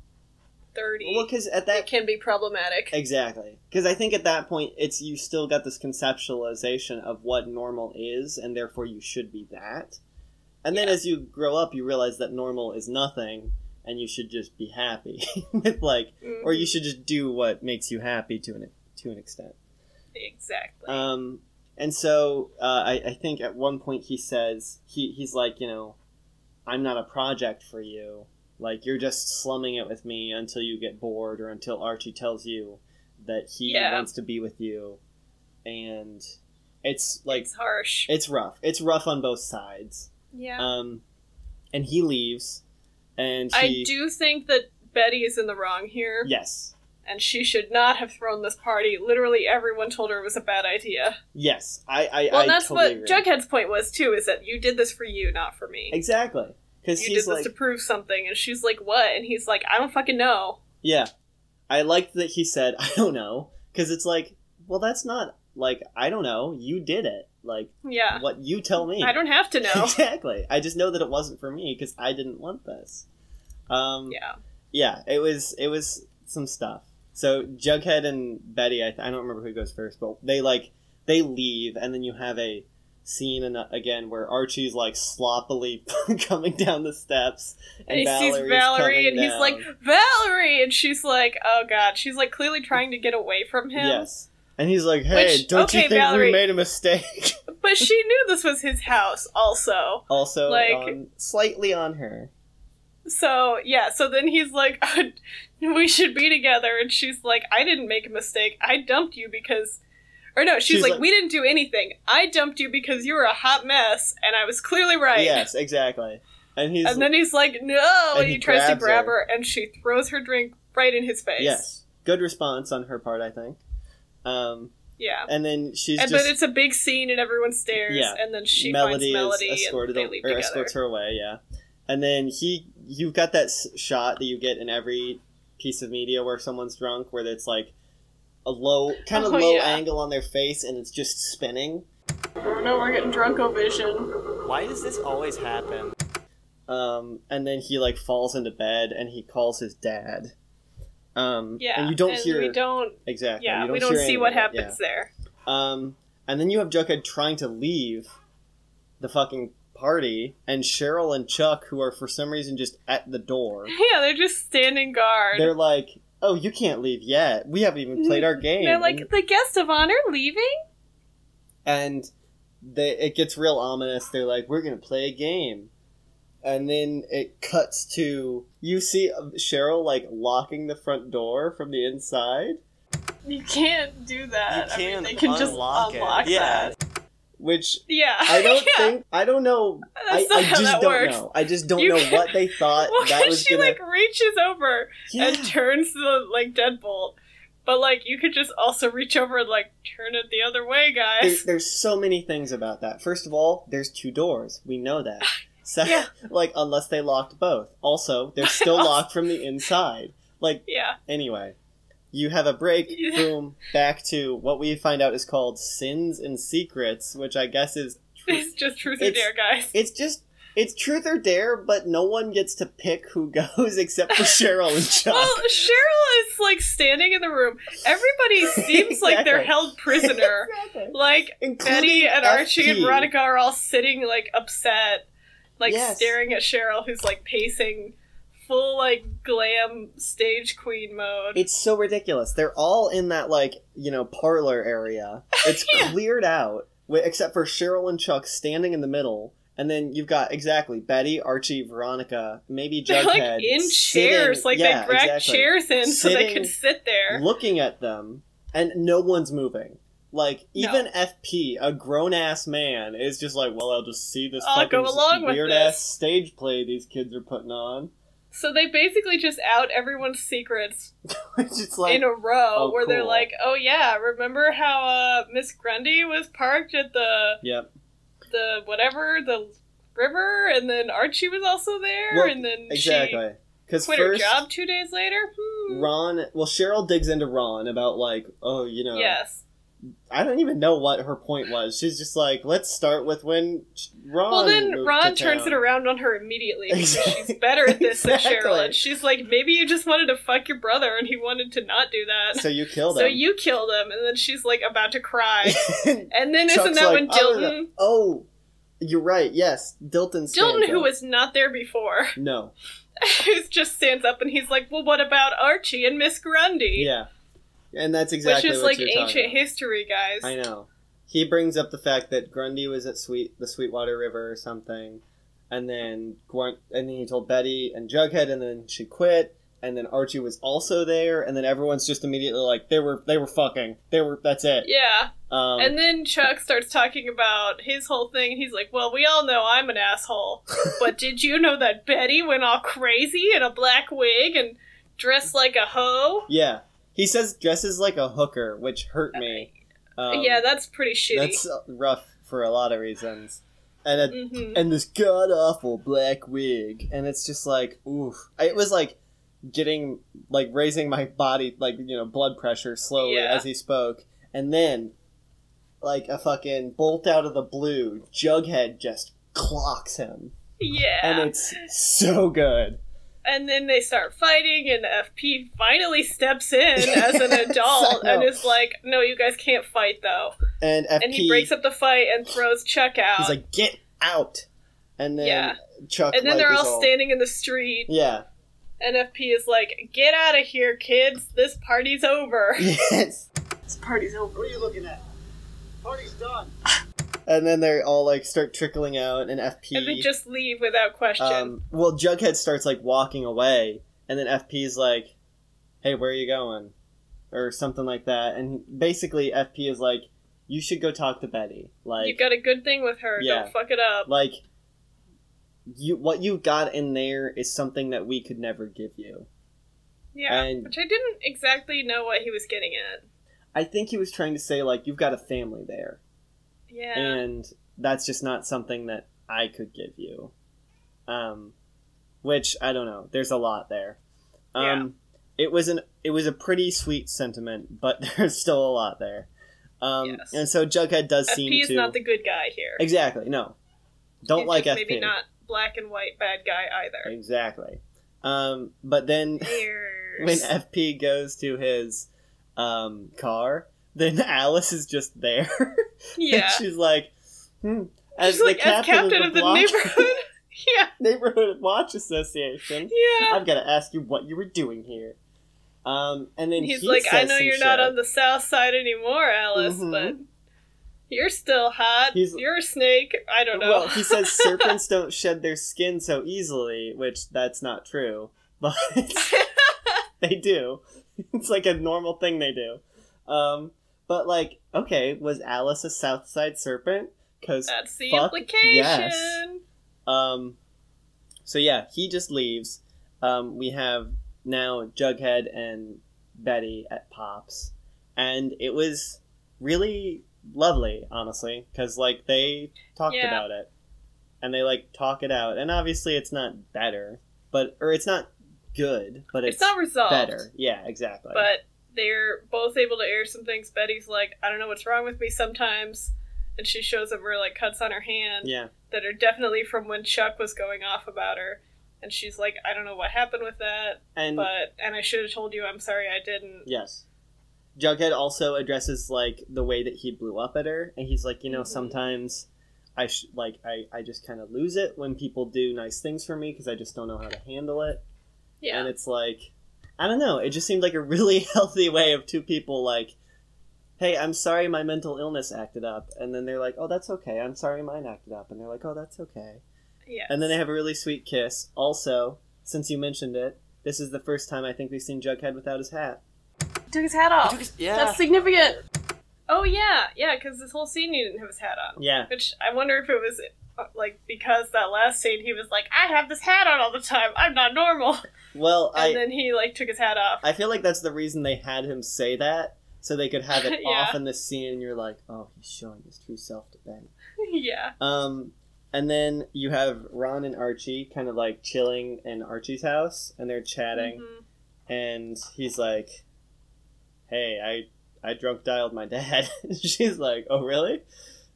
Speaker 3: 30.
Speaker 1: well, because at
Speaker 3: that
Speaker 1: that
Speaker 3: can be problematic.
Speaker 1: exactly because I think at that point it's you still got this conceptualization of what normal is, and therefore you should be that. And then as you grow up, you realize that normal is nothing, and you should just be happy with like, or
Speaker 3: Mm-hmm.
Speaker 1: you should just do what makes you happy to an to an extent.
Speaker 3: Exactly.
Speaker 1: Um, and so uh, I, I think at one point he says he he's like, you know, I'm not a project for you. Like you're just slumming it with me until you get bored, or until Archie tells you that he
Speaker 3: Yeah.
Speaker 1: wants to be with you. And it's like
Speaker 3: it's harsh.
Speaker 1: it's rough. It's rough on both sides.
Speaker 3: yeah.
Speaker 1: Um, and he leaves, and
Speaker 3: I
Speaker 1: he
Speaker 3: do think that Betty is in the wrong here,
Speaker 1: yes,
Speaker 3: and she should not have thrown this party. Literally, everyone told her it was a bad idea.
Speaker 1: yes, I I,
Speaker 3: Well,
Speaker 1: I
Speaker 3: and that's
Speaker 1: totally
Speaker 3: what
Speaker 1: agree.
Speaker 3: Jughead's point was too: is that you did this for you, not for me.
Speaker 1: exactly because
Speaker 3: You did
Speaker 1: he's
Speaker 3: this
Speaker 1: like
Speaker 3: to prove something, and she's like, "What?" And he's like, "I don't fucking know."
Speaker 1: yeah, I liked that he said I don't know because it's like well that's not like I don't know you did it like
Speaker 3: Yeah,
Speaker 1: what you tell me
Speaker 3: I don't have to know.
Speaker 1: exactly I just know that it wasn't for me because I didn't want this. Um,
Speaker 3: yeah,
Speaker 1: yeah, it was it was some stuff. So Jughead and Betty, I, I don't remember who goes first, but they like they leave, and then you have a scene and again where Archie's like sloppily coming down the steps,
Speaker 3: and
Speaker 1: and,
Speaker 3: he
Speaker 1: Valerie's
Speaker 3: sees
Speaker 1: coming
Speaker 3: Valerie, and he's
Speaker 1: down.
Speaker 3: like, "Valerie," and she's like, "Oh God," she's like clearly trying to get away from him.
Speaker 1: yes, And he's like, "Hey,
Speaker 3: Which-
Speaker 1: don't you
Speaker 3: okay,
Speaker 1: think
Speaker 3: Valerie.
Speaker 1: we made a mistake?"
Speaker 3: But she knew this was his house, also.
Speaker 1: also,
Speaker 3: Like-
Speaker 1: on, slightly on her.
Speaker 3: So, yeah, so then he's like, we should be together. And she's like, I didn't make a mistake. I dumped you because. Or no, she's,
Speaker 1: She's
Speaker 3: like,
Speaker 1: like-
Speaker 3: we didn't do anything. I dumped you because you were a hot mess, and I was clearly right.
Speaker 1: Yes, exactly. And he's
Speaker 3: and then he's like, no,
Speaker 1: And
Speaker 3: and he,
Speaker 1: he
Speaker 3: tries to
Speaker 1: grabs
Speaker 3: grab her.
Speaker 1: her.
Speaker 3: and she throws her drink right in his face.
Speaker 1: yes, good response on her part, I think. Um,
Speaker 3: Yeah.
Speaker 1: and then she's
Speaker 3: And,
Speaker 1: just
Speaker 3: but it's a big scene, and everyone stares.
Speaker 1: Yeah.
Speaker 3: And then she
Speaker 1: Melody,
Speaker 3: finds Melody,
Speaker 1: is escorted
Speaker 3: and they
Speaker 1: a-
Speaker 3: leave
Speaker 1: or
Speaker 3: together.
Speaker 1: escorts her away. Yeah, and then he, you've got that s- shot that you get in every piece of media where someone's drunk, where it's like a low, kind of
Speaker 3: Oh,
Speaker 1: low
Speaker 3: yeah.
Speaker 1: angle on their face, and it's just spinning.
Speaker 3: Oh, no, we're getting drunk-o-vision.
Speaker 4: Why does this always happen?
Speaker 1: Um, and then he like falls into bed, and he calls his dad. Um,
Speaker 3: Yeah.
Speaker 1: and you don't hear
Speaker 3: We don't.
Speaker 1: exactly.
Speaker 3: Yeah,
Speaker 1: you
Speaker 3: we don't
Speaker 1: hear any
Speaker 3: see
Speaker 1: of
Speaker 3: what
Speaker 1: it, yeah.
Speaker 3: happens there.
Speaker 1: Um, and then you have Jughead trying to leave the fucking party, and Cheryl and Chuck, who are for some reason just at the door,
Speaker 3: Yeah, they're just standing guard.
Speaker 1: they're like, "Oh, you can't leave yet. We haven't even played our game."
Speaker 3: And they're like the guest of honor leaving.
Speaker 1: and they, it gets real ominous. They're like, "We're gonna play a game," and then it cuts to you see uh, Cheryl like locking the front door from the inside.
Speaker 3: You can't do that.
Speaker 4: You
Speaker 3: I mean,
Speaker 4: can
Speaker 3: they can just
Speaker 4: unlock it.
Speaker 3: unlock
Speaker 4: Yeah.
Speaker 3: that.
Speaker 1: Which
Speaker 3: Yeah.
Speaker 1: I don't
Speaker 3: yeah.
Speaker 1: think I don't know. I,
Speaker 3: That's
Speaker 1: I
Speaker 3: not how
Speaker 1: just
Speaker 3: that
Speaker 1: don't
Speaker 3: works.
Speaker 1: know. I just don't
Speaker 3: You
Speaker 1: know
Speaker 3: can-
Speaker 1: what they thought
Speaker 3: Well,
Speaker 1: that
Speaker 3: 'cause
Speaker 1: was
Speaker 3: she
Speaker 1: gonna.
Speaker 3: like reaches over
Speaker 1: yeah.
Speaker 3: and turns the like deadbolt, but like you could just also reach over and like turn it the other way,
Speaker 1: There-
Speaker 3: guys.
Speaker 1: there's so many things about that. First of all, there's two doors. We know that. So,
Speaker 3: Yeah.
Speaker 1: like, unless they locked both. Also, they're still locked from the inside. Like,
Speaker 3: Yeah.
Speaker 1: anyway, you have a break.
Speaker 3: Yeah.
Speaker 1: Boom. Back to what we find out is called sins and secrets, which I guess is
Speaker 3: It's just truth or
Speaker 1: It's-
Speaker 3: dare, guys.
Speaker 1: it's just it's truth or dare, but no one gets to pick who goes except for Cheryl and Chuck.
Speaker 3: Well, Cheryl is like standing in the room. Everybody seems like they're
Speaker 1: Exactly.
Speaker 3: held prisoner. Like Betty
Speaker 1: Including
Speaker 3: and Archie and
Speaker 1: FP.
Speaker 3: Veronica are all sitting like upset, like
Speaker 1: Yes.
Speaker 3: staring at Cheryl, who's like pacing full like glam stage queen mode.
Speaker 1: It's so ridiculous. They're all in that like you know parlor area. It's cleared out, wi- except for Cheryl and Chuck standing in the middle, and then you've got exactly Betty, Archie, Veronica, maybe
Speaker 3: they're
Speaker 1: Jughead
Speaker 3: like in
Speaker 1: sitting-
Speaker 3: chairs, like
Speaker 1: yeah,
Speaker 3: they dragged
Speaker 1: exactly,
Speaker 3: chairs in so they
Speaker 1: Sitting-
Speaker 3: could sit there.
Speaker 1: looking at them, and no one's moving. Like
Speaker 3: No.
Speaker 1: even FP, a grown ass man, is just like, well, I'll just see this
Speaker 3: I'll
Speaker 1: fucking
Speaker 3: go along with
Speaker 1: weird
Speaker 3: this."
Speaker 1: ass stage play these kids are putting on.
Speaker 3: So they basically just out everyone's secrets
Speaker 1: it's just like
Speaker 3: in a row,
Speaker 1: oh,
Speaker 3: where they're
Speaker 1: cool.
Speaker 3: like, "Oh yeah, remember how uh, Miss Grundy was parked at the
Speaker 1: yep.
Speaker 3: the whatever the river, and then Archie was also there,
Speaker 1: Well,
Speaker 3: and then she
Speaker 1: Exactly. Because
Speaker 3: quit
Speaker 1: first,
Speaker 3: her job two days later. Hmm.
Speaker 1: Ron. Well, Cheryl digs into Ron about like, oh, you know,
Speaker 3: Yes.
Speaker 1: I don't even know what her point was. She's just like, let's start with when sh- Ron.
Speaker 3: Well, then
Speaker 1: moved to
Speaker 3: Ron turns
Speaker 1: town."
Speaker 3: it around on her immediately because
Speaker 1: Exactly.
Speaker 3: she's better at this than
Speaker 1: Exactly.
Speaker 3: Cheryl. And she's like, maybe you just wanted to fuck your brother, and he wanted to not do that.
Speaker 1: So you killed him.
Speaker 3: So you killed him, and then she's like about to cry, and then
Speaker 1: Chuck's
Speaker 3: isn't that
Speaker 1: like,
Speaker 3: when
Speaker 1: "Oh, no, no."
Speaker 3: Dilton,
Speaker 1: Oh, you're right. Yes, Dilton. stands
Speaker 3: Dilton, who
Speaker 1: up.
Speaker 3: was not there before,
Speaker 1: no,
Speaker 3: who's just stands up and he's like, "Well, what about Archie and Miss Grundy?"
Speaker 1: yeah, and that's exactly
Speaker 3: Which is
Speaker 1: what
Speaker 3: like
Speaker 1: you're talking
Speaker 3: ancient
Speaker 1: about.
Speaker 3: history, guys.
Speaker 1: I know. He brings up the fact that Grundy was at Sweet the Sweetwater River or something, and then Gwent, and then he told Betty and Jughead, and then she quit, and then Archie was also there, and then everyone's just immediately like, they were they were fucking, they were that's it.
Speaker 3: Yeah.
Speaker 1: Um,
Speaker 3: And then Chuck starts talking about his whole thing, and he's like, Well, we all know I'm an asshole. but did you know that Betty went all crazy in a black wig and dressed like a hoe?
Speaker 1: yeah, he says dresses like a hooker, which hurt me. Um,
Speaker 3: yeah, that's pretty shitty.
Speaker 1: that's rough for a lot of reasons, and it,
Speaker 3: hmm
Speaker 1: and this god awful black wig, and it's just like, oof. It was like getting like raising my body, like you know, blood pressure slowly
Speaker 3: Yeah.
Speaker 1: as he spoke, and then like a fucking bolt out of the blue, Jughead just clocks him,
Speaker 3: Yeah.
Speaker 1: and
Speaker 3: And,
Speaker 1: it's so good.
Speaker 3: then they start fighting, and FP finally steps in as an
Speaker 1: Yes, I
Speaker 3: adult
Speaker 1: know.
Speaker 3: and is like, No, you guys can't fight, though.
Speaker 1: And FP,
Speaker 3: And he breaks up the fight and throws Chuck out.
Speaker 1: he's like, get out, and then
Speaker 3: Yeah.
Speaker 1: Chuck,
Speaker 3: and then
Speaker 1: like,
Speaker 3: they're
Speaker 1: is
Speaker 3: all standing in the street.
Speaker 1: Yeah.
Speaker 3: NFP is like, get out of here, kids. This party's over.
Speaker 1: Yes.
Speaker 7: This party's over.
Speaker 5: What are you looking at? Party's done.
Speaker 1: And then they all like start trickling out, and FP.
Speaker 3: And they just leave without question.
Speaker 1: um, well, Jughead starts like walking away, and then FP's like, "Hey, where are you going?" or something like that. And basically, FP is like, "You should go talk to Betty." Like,
Speaker 3: you got a good thing with her.
Speaker 1: Yeah.
Speaker 3: Don't fuck it up.
Speaker 1: like you what you got in there is something that we could never give you.
Speaker 3: Yeah.
Speaker 1: and-
Speaker 3: Which I didn't exactly know what he was getting at.
Speaker 1: I think he was trying to say like you've got a family there,
Speaker 3: Yeah.
Speaker 1: and that's just not something that I could give you. Um, which I don't know. There's a lot there. Um, it was an it was a pretty sweet sentiment, but there's still a lot there. Um,
Speaker 3: Yes.
Speaker 1: and so Jughead does seem
Speaker 3: FP is
Speaker 1: to
Speaker 3: not the good guy here.
Speaker 1: exactly no. Don't
Speaker 3: He's
Speaker 1: like
Speaker 3: just
Speaker 1: FP
Speaker 3: Maybe not black and white bad guy either.
Speaker 1: exactly. Um, but then when
Speaker 3: Years.
Speaker 1: FP goes to his um, car, then Alice is just there. And
Speaker 3: yeah.
Speaker 1: she's like, hmm. as
Speaker 3: She's like,
Speaker 1: the captain,
Speaker 3: as captain
Speaker 1: of the, block-
Speaker 3: neighborhood. yeah.
Speaker 1: neighborhood watch association,
Speaker 3: Yeah.
Speaker 1: I've got to ask you what you were doing here. Um, and then
Speaker 3: And he's
Speaker 1: he
Speaker 3: like, I
Speaker 1: says
Speaker 3: know
Speaker 1: some
Speaker 3: you're not
Speaker 1: shit.
Speaker 3: on the south side anymore, Alice,
Speaker 1: Mhm.
Speaker 3: but you're still hot.
Speaker 1: He's-
Speaker 3: You're a snake. I don't know.
Speaker 1: Well, he says serpents don't shed their skin so easily, which that's not true, but they do. It's like a normal thing they do. Um, but like, okay, was Alice a Southside serpent? Because
Speaker 3: That's the
Speaker 1: fuck
Speaker 3: implication.
Speaker 1: yes. um, so yeah, he just leaves. Um, we have now Jughead and Betty at Pops, and it was really lovely, honestly, because like they talked
Speaker 3: Yeah.
Speaker 1: about it, and they like talk it out, and obviously it's not better, but or it's not good, but
Speaker 3: It's,
Speaker 1: it's,
Speaker 3: not resolved.
Speaker 1: better. Yeah, exactly.
Speaker 3: But they're both able to air some things. Betty's like, I don't know what's wrong with me sometimes. And she shows him where like cuts on her hand
Speaker 1: yeah,
Speaker 3: that are definitely from when Chuck was going off about her. And she's like, I don't know what happened with that,
Speaker 1: and
Speaker 3: but and I should have told you. I'm sorry I didn't.
Speaker 1: Yes. Jughead also addresses like the way that he blew up at her, and he's like, you know, sometimes I sh- like I I just kind of lose it when people do nice things for me because I just don't know how to handle it,
Speaker 3: Yeah.
Speaker 1: and it's like I don't know. It just seemed like a really healthy way of two people like, hey, I'm sorry my mental illness acted up, and then they're like, oh, that's okay. I'm sorry mine acted up, and they're like, oh, that's okay.
Speaker 3: yeah.
Speaker 1: And then they have a really sweet kiss. Also, since you mentioned it, this is the first time I think we've seen Jughead without his hat.
Speaker 7: He took his hat off.
Speaker 4: Took his- yeah.
Speaker 7: That's significant.
Speaker 3: Oh yeah, yeah. Because this whole scene he didn't have his hat on.
Speaker 1: Yeah.
Speaker 3: Which I wonder if it was uh, like because that last scene he was like, I have this hat on all the time. I'm not normal.
Speaker 1: Well, I
Speaker 3: And then he like took his hat off.
Speaker 1: I feel like that's the reason they had him say that so they could have it
Speaker 3: Yeah.
Speaker 1: off in the scene and you're like, "Oh, he's showing his true self to Ben."
Speaker 3: yeah.
Speaker 1: Um and then you have Ron and Archie kind of like chilling in Archie's house and they're chatting
Speaker 3: Mhm.
Speaker 1: and he's like, "Hey, I I drunk dialed my dad." She's like, "Oh, really?"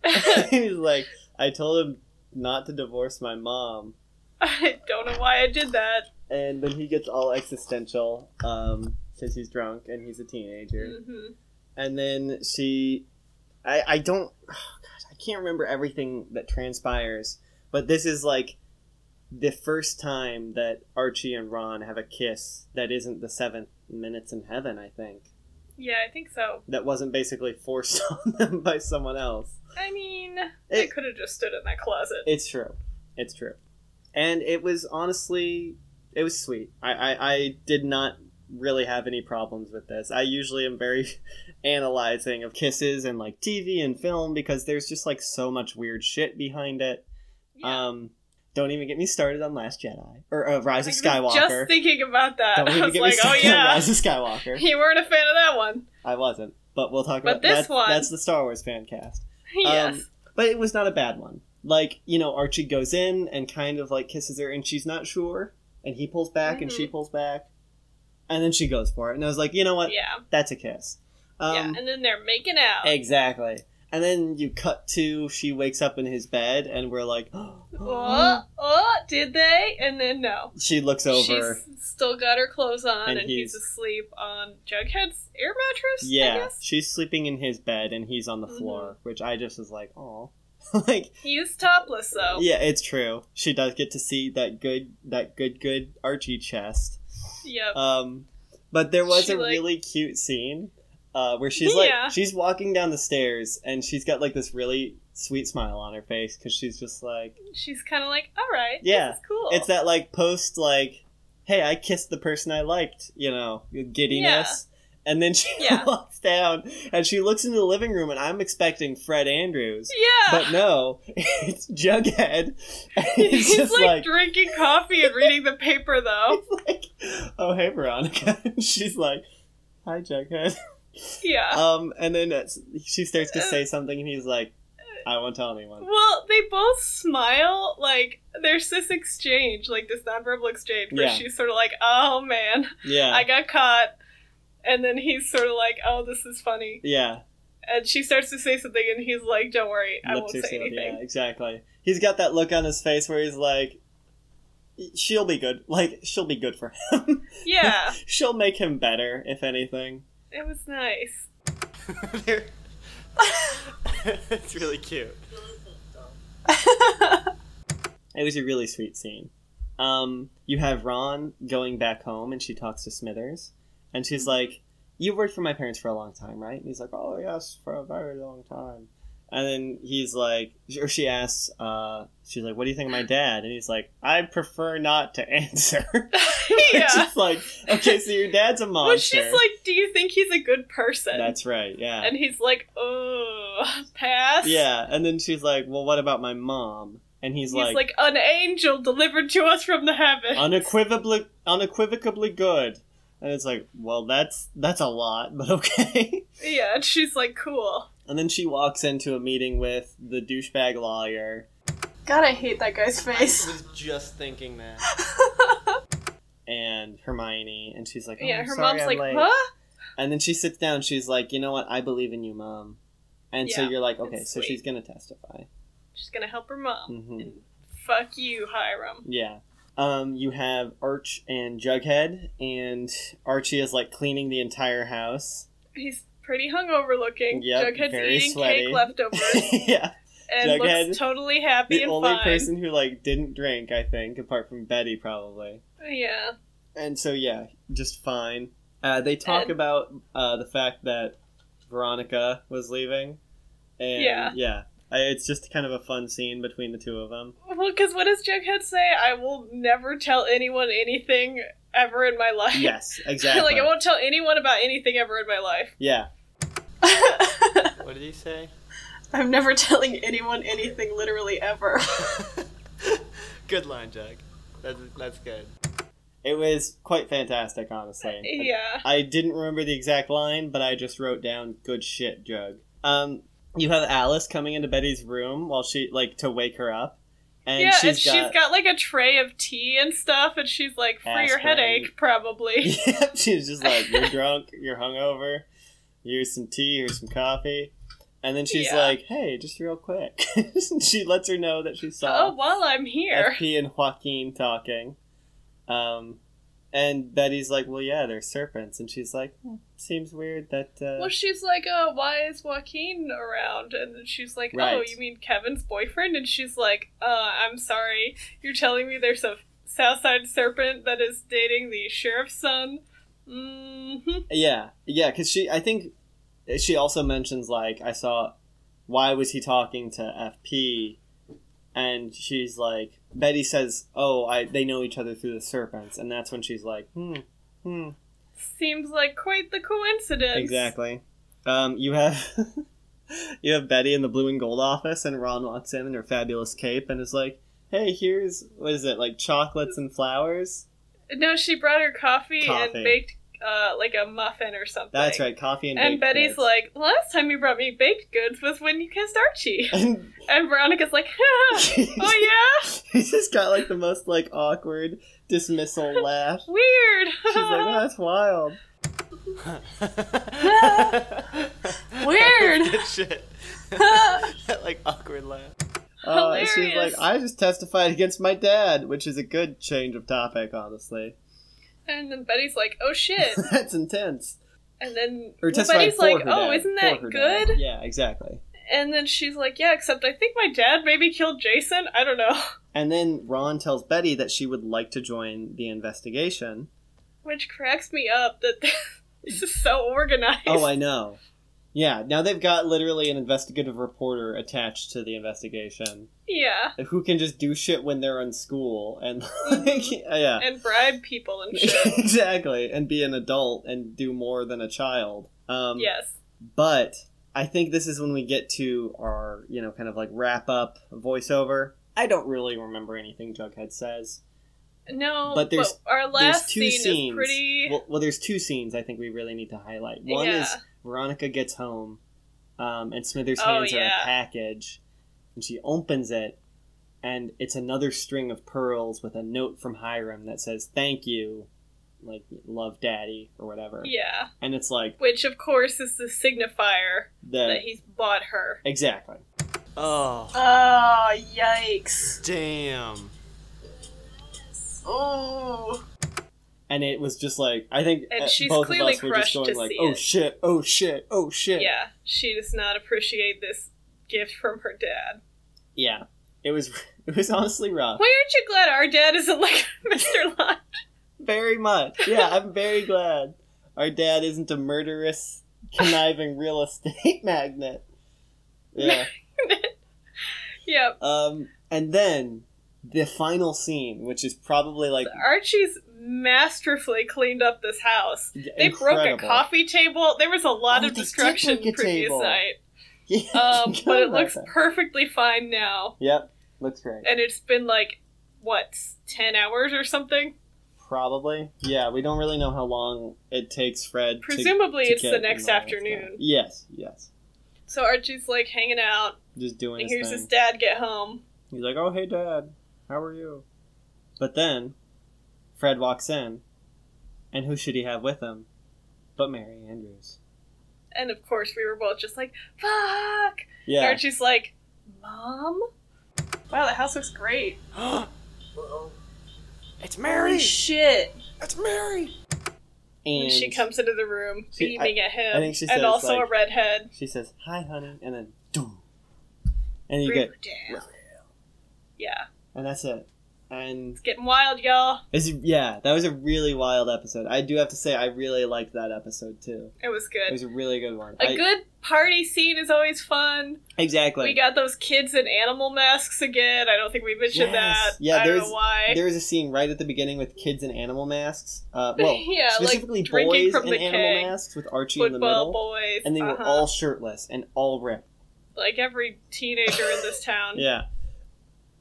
Speaker 1: he's like, "I told him not to divorce my mom."
Speaker 3: I don't know why I did that.
Speaker 1: And then he gets all existential um because he's drunk and he's a teenager.
Speaker 3: Mhm.
Speaker 1: and then she i i don't oh gosh, i can't remember everything that transpires but this is like the first time that archie and ron have a kiss that isn't the seventh minutes in heaven i think
Speaker 3: Yeah, I think so.
Speaker 1: that wasn't basically forced on them by someone else
Speaker 3: I mean,
Speaker 1: It-
Speaker 3: it could have just stood in that closet.
Speaker 1: it's true it's true and it was honestly it was sweet i i, I did not really have any problems with this i usually am very analyzing of kisses and like tv and film because there's just like so much weird shit behind it
Speaker 3: Yeah.
Speaker 1: um don't even get me started on last jedi or uh, rise of
Speaker 3: I was
Speaker 1: skywalker
Speaker 3: Just thinking about that,
Speaker 1: don't
Speaker 3: I
Speaker 1: even
Speaker 3: was
Speaker 1: get me
Speaker 3: like, "Oh
Speaker 1: started on
Speaker 3: yeah,
Speaker 1: rise of skywalker Um,
Speaker 3: you weren't a fan of that one."
Speaker 1: i wasn't but we'll talk
Speaker 3: But
Speaker 1: about
Speaker 3: this
Speaker 1: that's,
Speaker 3: one-
Speaker 1: that's the star wars fan cast
Speaker 3: yes,
Speaker 1: but it was not a bad one. Like, you know, Archie goes in and kind of like kisses her and she's not sure and he pulls back and
Speaker 3: Mm-hmm.
Speaker 1: she pulls back and then she goes for it. And I was like, you know what?
Speaker 3: yeah,
Speaker 1: That's a kiss. Um
Speaker 3: yeah. And then they're making out.
Speaker 1: exactly. And then you cut to she wakes up in his bed and we're like
Speaker 3: Oh, oh, did they? And then no.
Speaker 1: she looks over.
Speaker 3: She's still got her clothes on,
Speaker 1: And
Speaker 3: and, he's...
Speaker 1: he's-
Speaker 3: asleep on Jughead's air mattress. I
Speaker 1: yeah,
Speaker 3: guess? Mm-hmm.
Speaker 1: she's sleeping in his bed and he's on the floor, which I just was like, "Oh." like
Speaker 3: he's topless though.
Speaker 1: yeah, it's true. She does get to see that good that good good Archie chest.
Speaker 3: Yep.
Speaker 1: Um, but there was
Speaker 3: She,
Speaker 1: a
Speaker 3: like-
Speaker 1: really cute scene uh, where she's like
Speaker 3: Yeah.
Speaker 1: she's walking down the stairs and she's got like this really sweet smile on her face because she's just like
Speaker 3: She's kind of like, all right, yeah,
Speaker 1: Yeah,
Speaker 3: this is cool.
Speaker 1: it's that like post like hey i kissed the person i liked you know giddiness and then she
Speaker 3: Yeah.
Speaker 1: walks down and she looks into the living room and i'm expecting fred andrews
Speaker 3: yeah.
Speaker 1: but no it's jughead and
Speaker 3: He's,
Speaker 1: he's, just
Speaker 3: like,
Speaker 1: like,
Speaker 3: drinking coffee and reading the paper, though.
Speaker 1: like oh hey veronica And she's like hi jughead
Speaker 3: Yeah.
Speaker 1: um and then it's, she starts to say something and he's like i won't tell anyone
Speaker 3: well, they both smile. Like, there's this exchange, like this nonverbal exchange, where
Speaker 1: Yeah.
Speaker 3: she's sort of like, oh man,
Speaker 1: yeah
Speaker 3: I got caught. And then he's sort of like, oh, this is funny.
Speaker 1: yeah
Speaker 3: And she starts to say something, and he's like, don't worry, I
Speaker 1: lip
Speaker 3: won't
Speaker 1: to
Speaker 3: say
Speaker 1: seal,
Speaker 3: anything.
Speaker 1: Yeah, exactly. He's got that look on his face where he's like, "She'll be good. Like she'll be good for him.
Speaker 3: Yeah,
Speaker 1: she'll make him better, if anything."
Speaker 3: it was nice.
Speaker 4: it's really cute.
Speaker 1: It was a really sweet scene. Um, you have Ron going back home, and she talks to Smithers, and
Speaker 4: Mm-hmm.
Speaker 1: she's like, "You worked for my parents for a long time, right?" And he's like, "Oh yes, for a very long time." And then he's like, or she asks, uh, she's like, "What do you think of my dad?" And he's like, "I prefer not to answer."
Speaker 3: yeah.
Speaker 1: It's just like, okay, so your dad's a monster.
Speaker 3: Well, she's like, do you think he's a good person?
Speaker 1: That's right, yeah.
Speaker 3: and he's like, oh, pass.
Speaker 1: yeah, and then she's like, well, what about my mom? And he's,
Speaker 3: He's
Speaker 1: like,
Speaker 3: like, an angel delivered to us from the heaven.
Speaker 1: unequivocably, unequivocably good. And it's like, well, that's that's a lot, but okay.
Speaker 3: yeah, and she's like, cool.
Speaker 1: and then she walks into a meeting with the douchebag lawyer,
Speaker 7: God, I hate that guy's face.
Speaker 4: was just thinking that.
Speaker 1: and Hermione, and she's like, oh,
Speaker 3: yeah,
Speaker 1: I'm
Speaker 3: her
Speaker 1: sorry
Speaker 3: mom's
Speaker 1: I'm
Speaker 3: like,
Speaker 1: late.
Speaker 3: huh?
Speaker 1: And then she sits down. She's like, you know what? I believe in you, mom. And so
Speaker 3: Yeah,
Speaker 1: you're like, okay,
Speaker 3: it's
Speaker 1: so
Speaker 3: sweet. Mm-hmm.
Speaker 1: she's gonna testify.
Speaker 3: She's gonna help her mom.
Speaker 1: hmm
Speaker 3: Fuck you, Hiram.
Speaker 1: Yeah. Um, you have Arch and Jughead, and Archie is like cleaning the entire house.
Speaker 3: He's pretty hungover looking.
Speaker 1: Yep,
Speaker 3: Jughead's
Speaker 1: very
Speaker 3: eating
Speaker 1: sweaty.
Speaker 3: cake leftovers
Speaker 1: yeah.
Speaker 3: and
Speaker 1: Jughead,
Speaker 3: looks totally happy
Speaker 1: The
Speaker 3: and
Speaker 1: only
Speaker 3: fine.
Speaker 1: person who like didn't drink, I think, apart from Betty probably.
Speaker 3: Yeah.
Speaker 1: And so yeah, just fine. Uh, they talk
Speaker 3: And-
Speaker 1: about uh, the fact that Veronica was leaving, and
Speaker 3: Yeah.
Speaker 1: yeah, I, it's just kind of a fun scene between the two of them.
Speaker 3: Well, because what does Jughead say? I will never tell anyone anything ever in my life.
Speaker 1: Yes, exactly.
Speaker 3: like, I won't tell anyone about anything ever in my life.
Speaker 1: yeah,
Speaker 4: What did he say?
Speaker 7: I'm never telling anyone anything, literally ever.
Speaker 4: good line, Jack. That's that's good.
Speaker 1: it was quite fantastic, honestly.
Speaker 3: Yeah.
Speaker 1: I didn't remember the exact line, but I just wrote down "good shit, Jug." Um, you have Alice coming into Betty's room while she like to wake her up, and
Speaker 3: yeah, and
Speaker 1: she's
Speaker 3: she's
Speaker 1: got,
Speaker 3: got like a tray of tea and stuff, and she's like, for your
Speaker 1: Aspirin.
Speaker 3: headache, probably.
Speaker 1: she's just like, "You're drunk, you're hungover, here's some tea, here's some coffee," and then she's
Speaker 3: Yeah.
Speaker 1: like, "Hey, just real quick," she lets her know that she
Speaker 3: oh,
Speaker 1: saw
Speaker 3: while I'm here.
Speaker 1: FP and Joaquin talking, um, and Betty's like, "Well, yeah, they're serpents," and she's like, "Hmm, "Seems weird that." Uh,
Speaker 3: Well, she's like, oh, why is Joaquin around? And then she's like, oh,
Speaker 1: Right.
Speaker 3: you mean Kevin's boyfriend? And she's like, uh, I'm sorry. You're telling me there's a Southside serpent that is dating the sheriff's son? Mm hmm.
Speaker 1: Yeah, yeah, because she, I think, she also mentions like I saw, why was he talking to FP, and she's like Betty says, oh, I they know each other through the serpents, and that's when she's like, hmm, hmm,
Speaker 3: Seems like quite the coincidence.
Speaker 1: exactly. Um, you have, you have Betty in the blue and gold office, and Ron walks in in her fabulous cape and is like, hey, here's what is it like chocolates and flowers?
Speaker 3: No, she brought her coffee, and
Speaker 1: Coffee.
Speaker 3: baked uh, like a muffin or something.
Speaker 1: That's right, coffee and.
Speaker 3: And
Speaker 1: baked
Speaker 3: Betty's
Speaker 1: goods.
Speaker 3: like, last time you brought me baked goods was when you kissed Archie.
Speaker 1: And
Speaker 3: and Veronica's like, oh yeah,
Speaker 1: He's just got like the most like awkward dismissal laugh.
Speaker 3: weird.
Speaker 1: She's like, oh, that's wild.
Speaker 7: Weird.
Speaker 4: good shit. that like awkward laugh.
Speaker 1: Uh, and she's like,
Speaker 3: Hilarious.
Speaker 1: I just testified against my dad, which is a good change of topic, honestly.
Speaker 3: and then Betty's like, oh shit.
Speaker 1: that's intense.
Speaker 3: And then
Speaker 1: Or
Speaker 3: well,
Speaker 1: testified
Speaker 3: Betty's
Speaker 1: for
Speaker 3: like,
Speaker 1: her
Speaker 3: oh,
Speaker 1: dad,
Speaker 3: isn't
Speaker 1: for
Speaker 3: that
Speaker 1: her
Speaker 3: good?
Speaker 1: dad. Yeah, exactly.
Speaker 3: And then she's like, yeah, except I think my dad maybe killed Jason. I don't know.
Speaker 1: And then Ron tells Betty that she would like to join the investigation.
Speaker 3: Which cracks me up that This is so organized.
Speaker 1: Oh, I know. Yeah, now they've got literally an investigative reporter attached to the investigation
Speaker 3: yeah,
Speaker 1: who can just do shit when they're in school and like,
Speaker 3: Mm-hmm.
Speaker 1: yeah.
Speaker 3: and bribe people and shit.
Speaker 1: exactly, and be an adult and do more than a child. Um,
Speaker 3: yes.
Speaker 1: But I think this is when we get to our, you know, kind of like wrap up voiceover. I don't really remember anything Jughead says.
Speaker 3: No,
Speaker 1: But
Speaker 3: but,
Speaker 1: there's-
Speaker 3: our last
Speaker 1: there's two
Speaker 3: scene
Speaker 1: scenes.
Speaker 3: is pretty.
Speaker 1: Well, well, there's two scenes I think we really need to highlight. One
Speaker 3: Yeah.
Speaker 1: is Veronica gets home, um, and Smithers
Speaker 3: Oh,
Speaker 1: hands her
Speaker 3: yeah.
Speaker 1: a package, and she opens it, and it's another string of pearls with a note from Hiram that says "Thank you," like "Love, Daddy" or whatever.
Speaker 3: yeah,
Speaker 1: And it's like
Speaker 3: which of course is the signifier
Speaker 1: the
Speaker 3: that he's bought her.
Speaker 1: exactly.
Speaker 4: Oh,
Speaker 7: Oh, yikes.
Speaker 4: damn.
Speaker 7: Oh.
Speaker 1: and it was just like I think
Speaker 3: And
Speaker 1: uh,
Speaker 3: she's
Speaker 1: both of
Speaker 3: clearly
Speaker 1: us were just
Speaker 3: crushed
Speaker 1: going
Speaker 3: to
Speaker 1: like,
Speaker 3: see
Speaker 1: "Oh
Speaker 3: it."
Speaker 1: shit! Oh shit! Oh shit!"
Speaker 3: Yeah, she does not appreciate this gift from her dad.
Speaker 1: yeah. It was it was honestly rough.
Speaker 3: Why aren't you glad our dad isn't like Mr. Lodge?
Speaker 1: Very much. Yeah, I'm very glad our dad isn't a murderous, conniving real estate magnate. Yeah.
Speaker 3: Yep.
Speaker 1: Um. And then the final scene, which is probably like
Speaker 3: Archie's masterfully cleaned up this house. They broke a
Speaker 1: incredible.
Speaker 3: coffee table. There was a lot
Speaker 1: Oh,
Speaker 3: of
Speaker 1: they did
Speaker 3: destruction
Speaker 1: break a
Speaker 3: previous
Speaker 1: table.
Speaker 3: night.
Speaker 1: Yeah, I
Speaker 3: Um,
Speaker 1: forgot
Speaker 3: but it
Speaker 1: about
Speaker 3: looks
Speaker 1: that.
Speaker 3: perfectly fine now.
Speaker 1: Yep, looks great.
Speaker 3: And it's been like, what, 10 hours or something?
Speaker 1: Probably. Yeah, we don't really know how long it takes Fred. to-
Speaker 3: Presumably
Speaker 1: to
Speaker 3: it's
Speaker 1: get
Speaker 3: the next
Speaker 1: in all that stuff.
Speaker 3: afternoon.
Speaker 1: Yes. Yes.
Speaker 3: So Archie's like hanging out,
Speaker 1: just doing
Speaker 3: and
Speaker 1: his
Speaker 3: hears
Speaker 1: thing.
Speaker 3: his dad get home.
Speaker 1: He's like, "Oh, hey, Dad, how are you?" But then Fred walks in, and who should he have with him but Mary Andrews?
Speaker 3: And of course, we were both just like, fuck! And
Speaker 1: Yeah,
Speaker 3: Archie's like, Mom?
Speaker 7: Wow, the house looks great.
Speaker 4: it's
Speaker 7: Holy
Speaker 4: Mary.
Speaker 7: shit.
Speaker 4: It's Mary.
Speaker 1: and,
Speaker 3: And she comes into the room,
Speaker 1: She-
Speaker 3: beaming at him,
Speaker 1: I think she says,
Speaker 3: and also
Speaker 1: like-
Speaker 3: a redhead.
Speaker 1: She says, "Hi, honey," and then, doom, and you get,
Speaker 3: Riverdale. Yeah,
Speaker 1: and that's it. And
Speaker 3: it's getting wild, y'all.
Speaker 1: it's, yeah, that was a really wild episode. I do have to say, I really liked that episode too.
Speaker 3: It was
Speaker 1: It
Speaker 3: good.
Speaker 1: was a really good one.
Speaker 3: A
Speaker 1: I-
Speaker 3: good party scene is always fun.
Speaker 1: exactly.
Speaker 3: we got those kids in animal masks again. I don't think we
Speaker 1: Yes.
Speaker 3: mentioned that.
Speaker 1: Yeah,
Speaker 3: I don't
Speaker 1: there's-
Speaker 3: know why.
Speaker 1: there was a scene right at the beginning with kids in animal masks. Uh, well,
Speaker 3: Yeah, like
Speaker 1: specifically
Speaker 3: drinking
Speaker 1: boys
Speaker 3: from
Speaker 1: in
Speaker 3: the
Speaker 1: animal
Speaker 3: keg.
Speaker 1: masks with Archie in the
Speaker 3: Football
Speaker 1: middle,
Speaker 3: boys,
Speaker 1: and they were
Speaker 3: uh-huh.
Speaker 1: all shirtless and all ripped.
Speaker 3: like every teenager in this town.
Speaker 1: Yeah,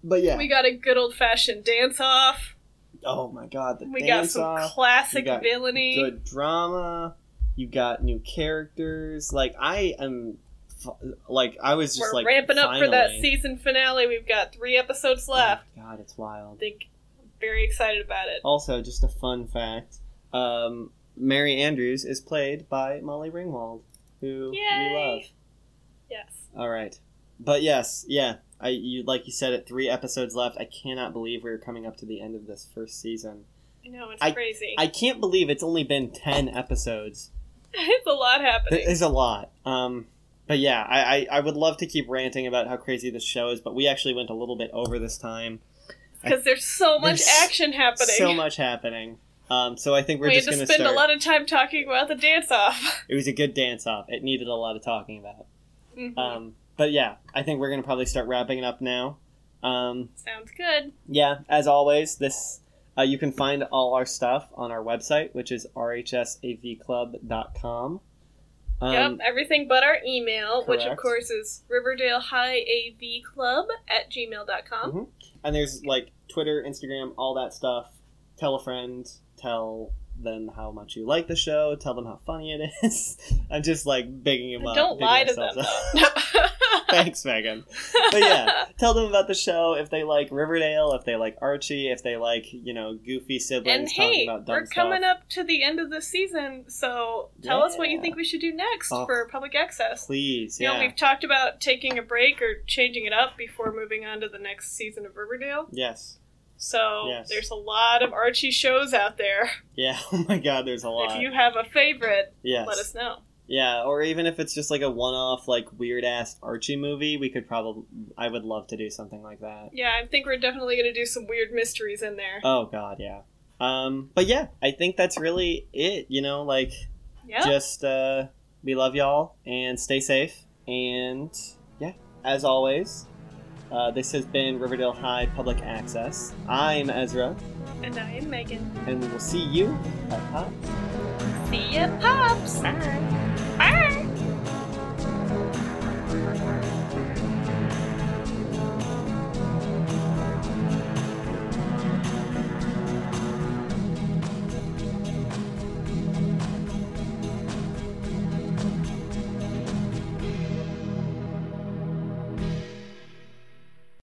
Speaker 1: but yeah.
Speaker 3: Um, We got a good old fashioned dance off.
Speaker 1: oh my god, the
Speaker 3: We got
Speaker 1: dance
Speaker 3: some
Speaker 1: off, We
Speaker 3: classic
Speaker 1: got
Speaker 3: villainy.
Speaker 1: good drama. You got new characters. Like I am, f- like I was just
Speaker 3: We're
Speaker 1: like
Speaker 3: ramping up for that
Speaker 1: finally-
Speaker 3: season finale. We've got three episodes
Speaker 1: Oh
Speaker 3: left.
Speaker 1: my god, it's
Speaker 3: I
Speaker 1: wild.
Speaker 3: think I'm very excited about it.
Speaker 1: Also, just a fun fact: um, Mary Andrews is played by Molly Ringwald, who
Speaker 3: Yay!
Speaker 1: we love.
Speaker 3: Yes.
Speaker 1: All right, but yes, yeah. I you like you said it. Three episodes left. I cannot believe we're coming up to the end of this first season.
Speaker 3: I know it's
Speaker 1: I-
Speaker 3: crazy.
Speaker 1: I can't believe it's only been ten episodes.
Speaker 3: it's a lot
Speaker 1: That
Speaker 3: happening.
Speaker 1: is a lot. Um, but yeah, I, I I would love to keep ranting about how crazy this show is, but we actually went a little bit over this time.
Speaker 3: Because there's so much
Speaker 1: There's
Speaker 3: action happening.
Speaker 1: So much happening. Um, so I think we're
Speaker 3: we had
Speaker 1: just
Speaker 3: to
Speaker 1: gonna
Speaker 3: spend
Speaker 1: start.
Speaker 3: a lot of time talking about the dance off.
Speaker 1: It was a good dance off. It needed a lot of talking about.
Speaker 3: Mm-hmm.
Speaker 1: Um, but yeah, I think we're gonna probably start wrapping it up now. Um,
Speaker 3: Sounds good.
Speaker 1: yeah as always this uh, you can find all our stuff on our website which is rhsavclub.com um,
Speaker 3: yep, everything but our email, which of
Speaker 1: correct.
Speaker 3: course is riverdalehighAVclub at gmail.com.
Speaker 1: Mhm. and there's like twitter instagram all that stuff tell a friend tell them how much you like the show tell them how funny it is i'm just like bigging them up
Speaker 3: Don't
Speaker 1: bigging
Speaker 3: lie to
Speaker 1: ourselves
Speaker 3: them,
Speaker 1: up. thanks megan but yeah tell them about the show if they like riverdale if they like archie if they like you know goofy siblings
Speaker 3: and
Speaker 1: talking
Speaker 3: hey,
Speaker 1: about dumb
Speaker 3: we're
Speaker 1: stuff.
Speaker 3: coming up to the end of the season, so tell us what you
Speaker 1: Yeah.
Speaker 3: think we should do next
Speaker 1: Oh.
Speaker 3: for public access.
Speaker 1: please
Speaker 3: You
Speaker 1: yeah
Speaker 3: know, we've talked about taking a break or changing it up before moving on to the next season of Riverdale.
Speaker 1: yes
Speaker 3: So
Speaker 1: Yes.
Speaker 3: there's a lot of Archie shows out there.
Speaker 1: Yeah. Oh my God. There's a lot.
Speaker 3: If you have a favorite,
Speaker 1: yes.
Speaker 3: let us know.
Speaker 1: Yeah. Or even if it's just like a one-off, like weird-ass Archie movie, we could probably. I would love to do something like that.
Speaker 3: Yeah, I think we're definitely going to do some weird mysteries
Speaker 1: Uh,
Speaker 3: in there.
Speaker 1: Oh God. Yeah. Um. But yeah, I think that's really it. You know, like
Speaker 3: Yeah.
Speaker 1: Just uh, we love y'all and stay safe. And yeah, as always, uh, this has been Riverdale High Public Access. I'm Ezra,
Speaker 3: and I am Megan.
Speaker 1: and we will see you at Pop.
Speaker 3: See ya, pops.
Speaker 2: Bye. Bye.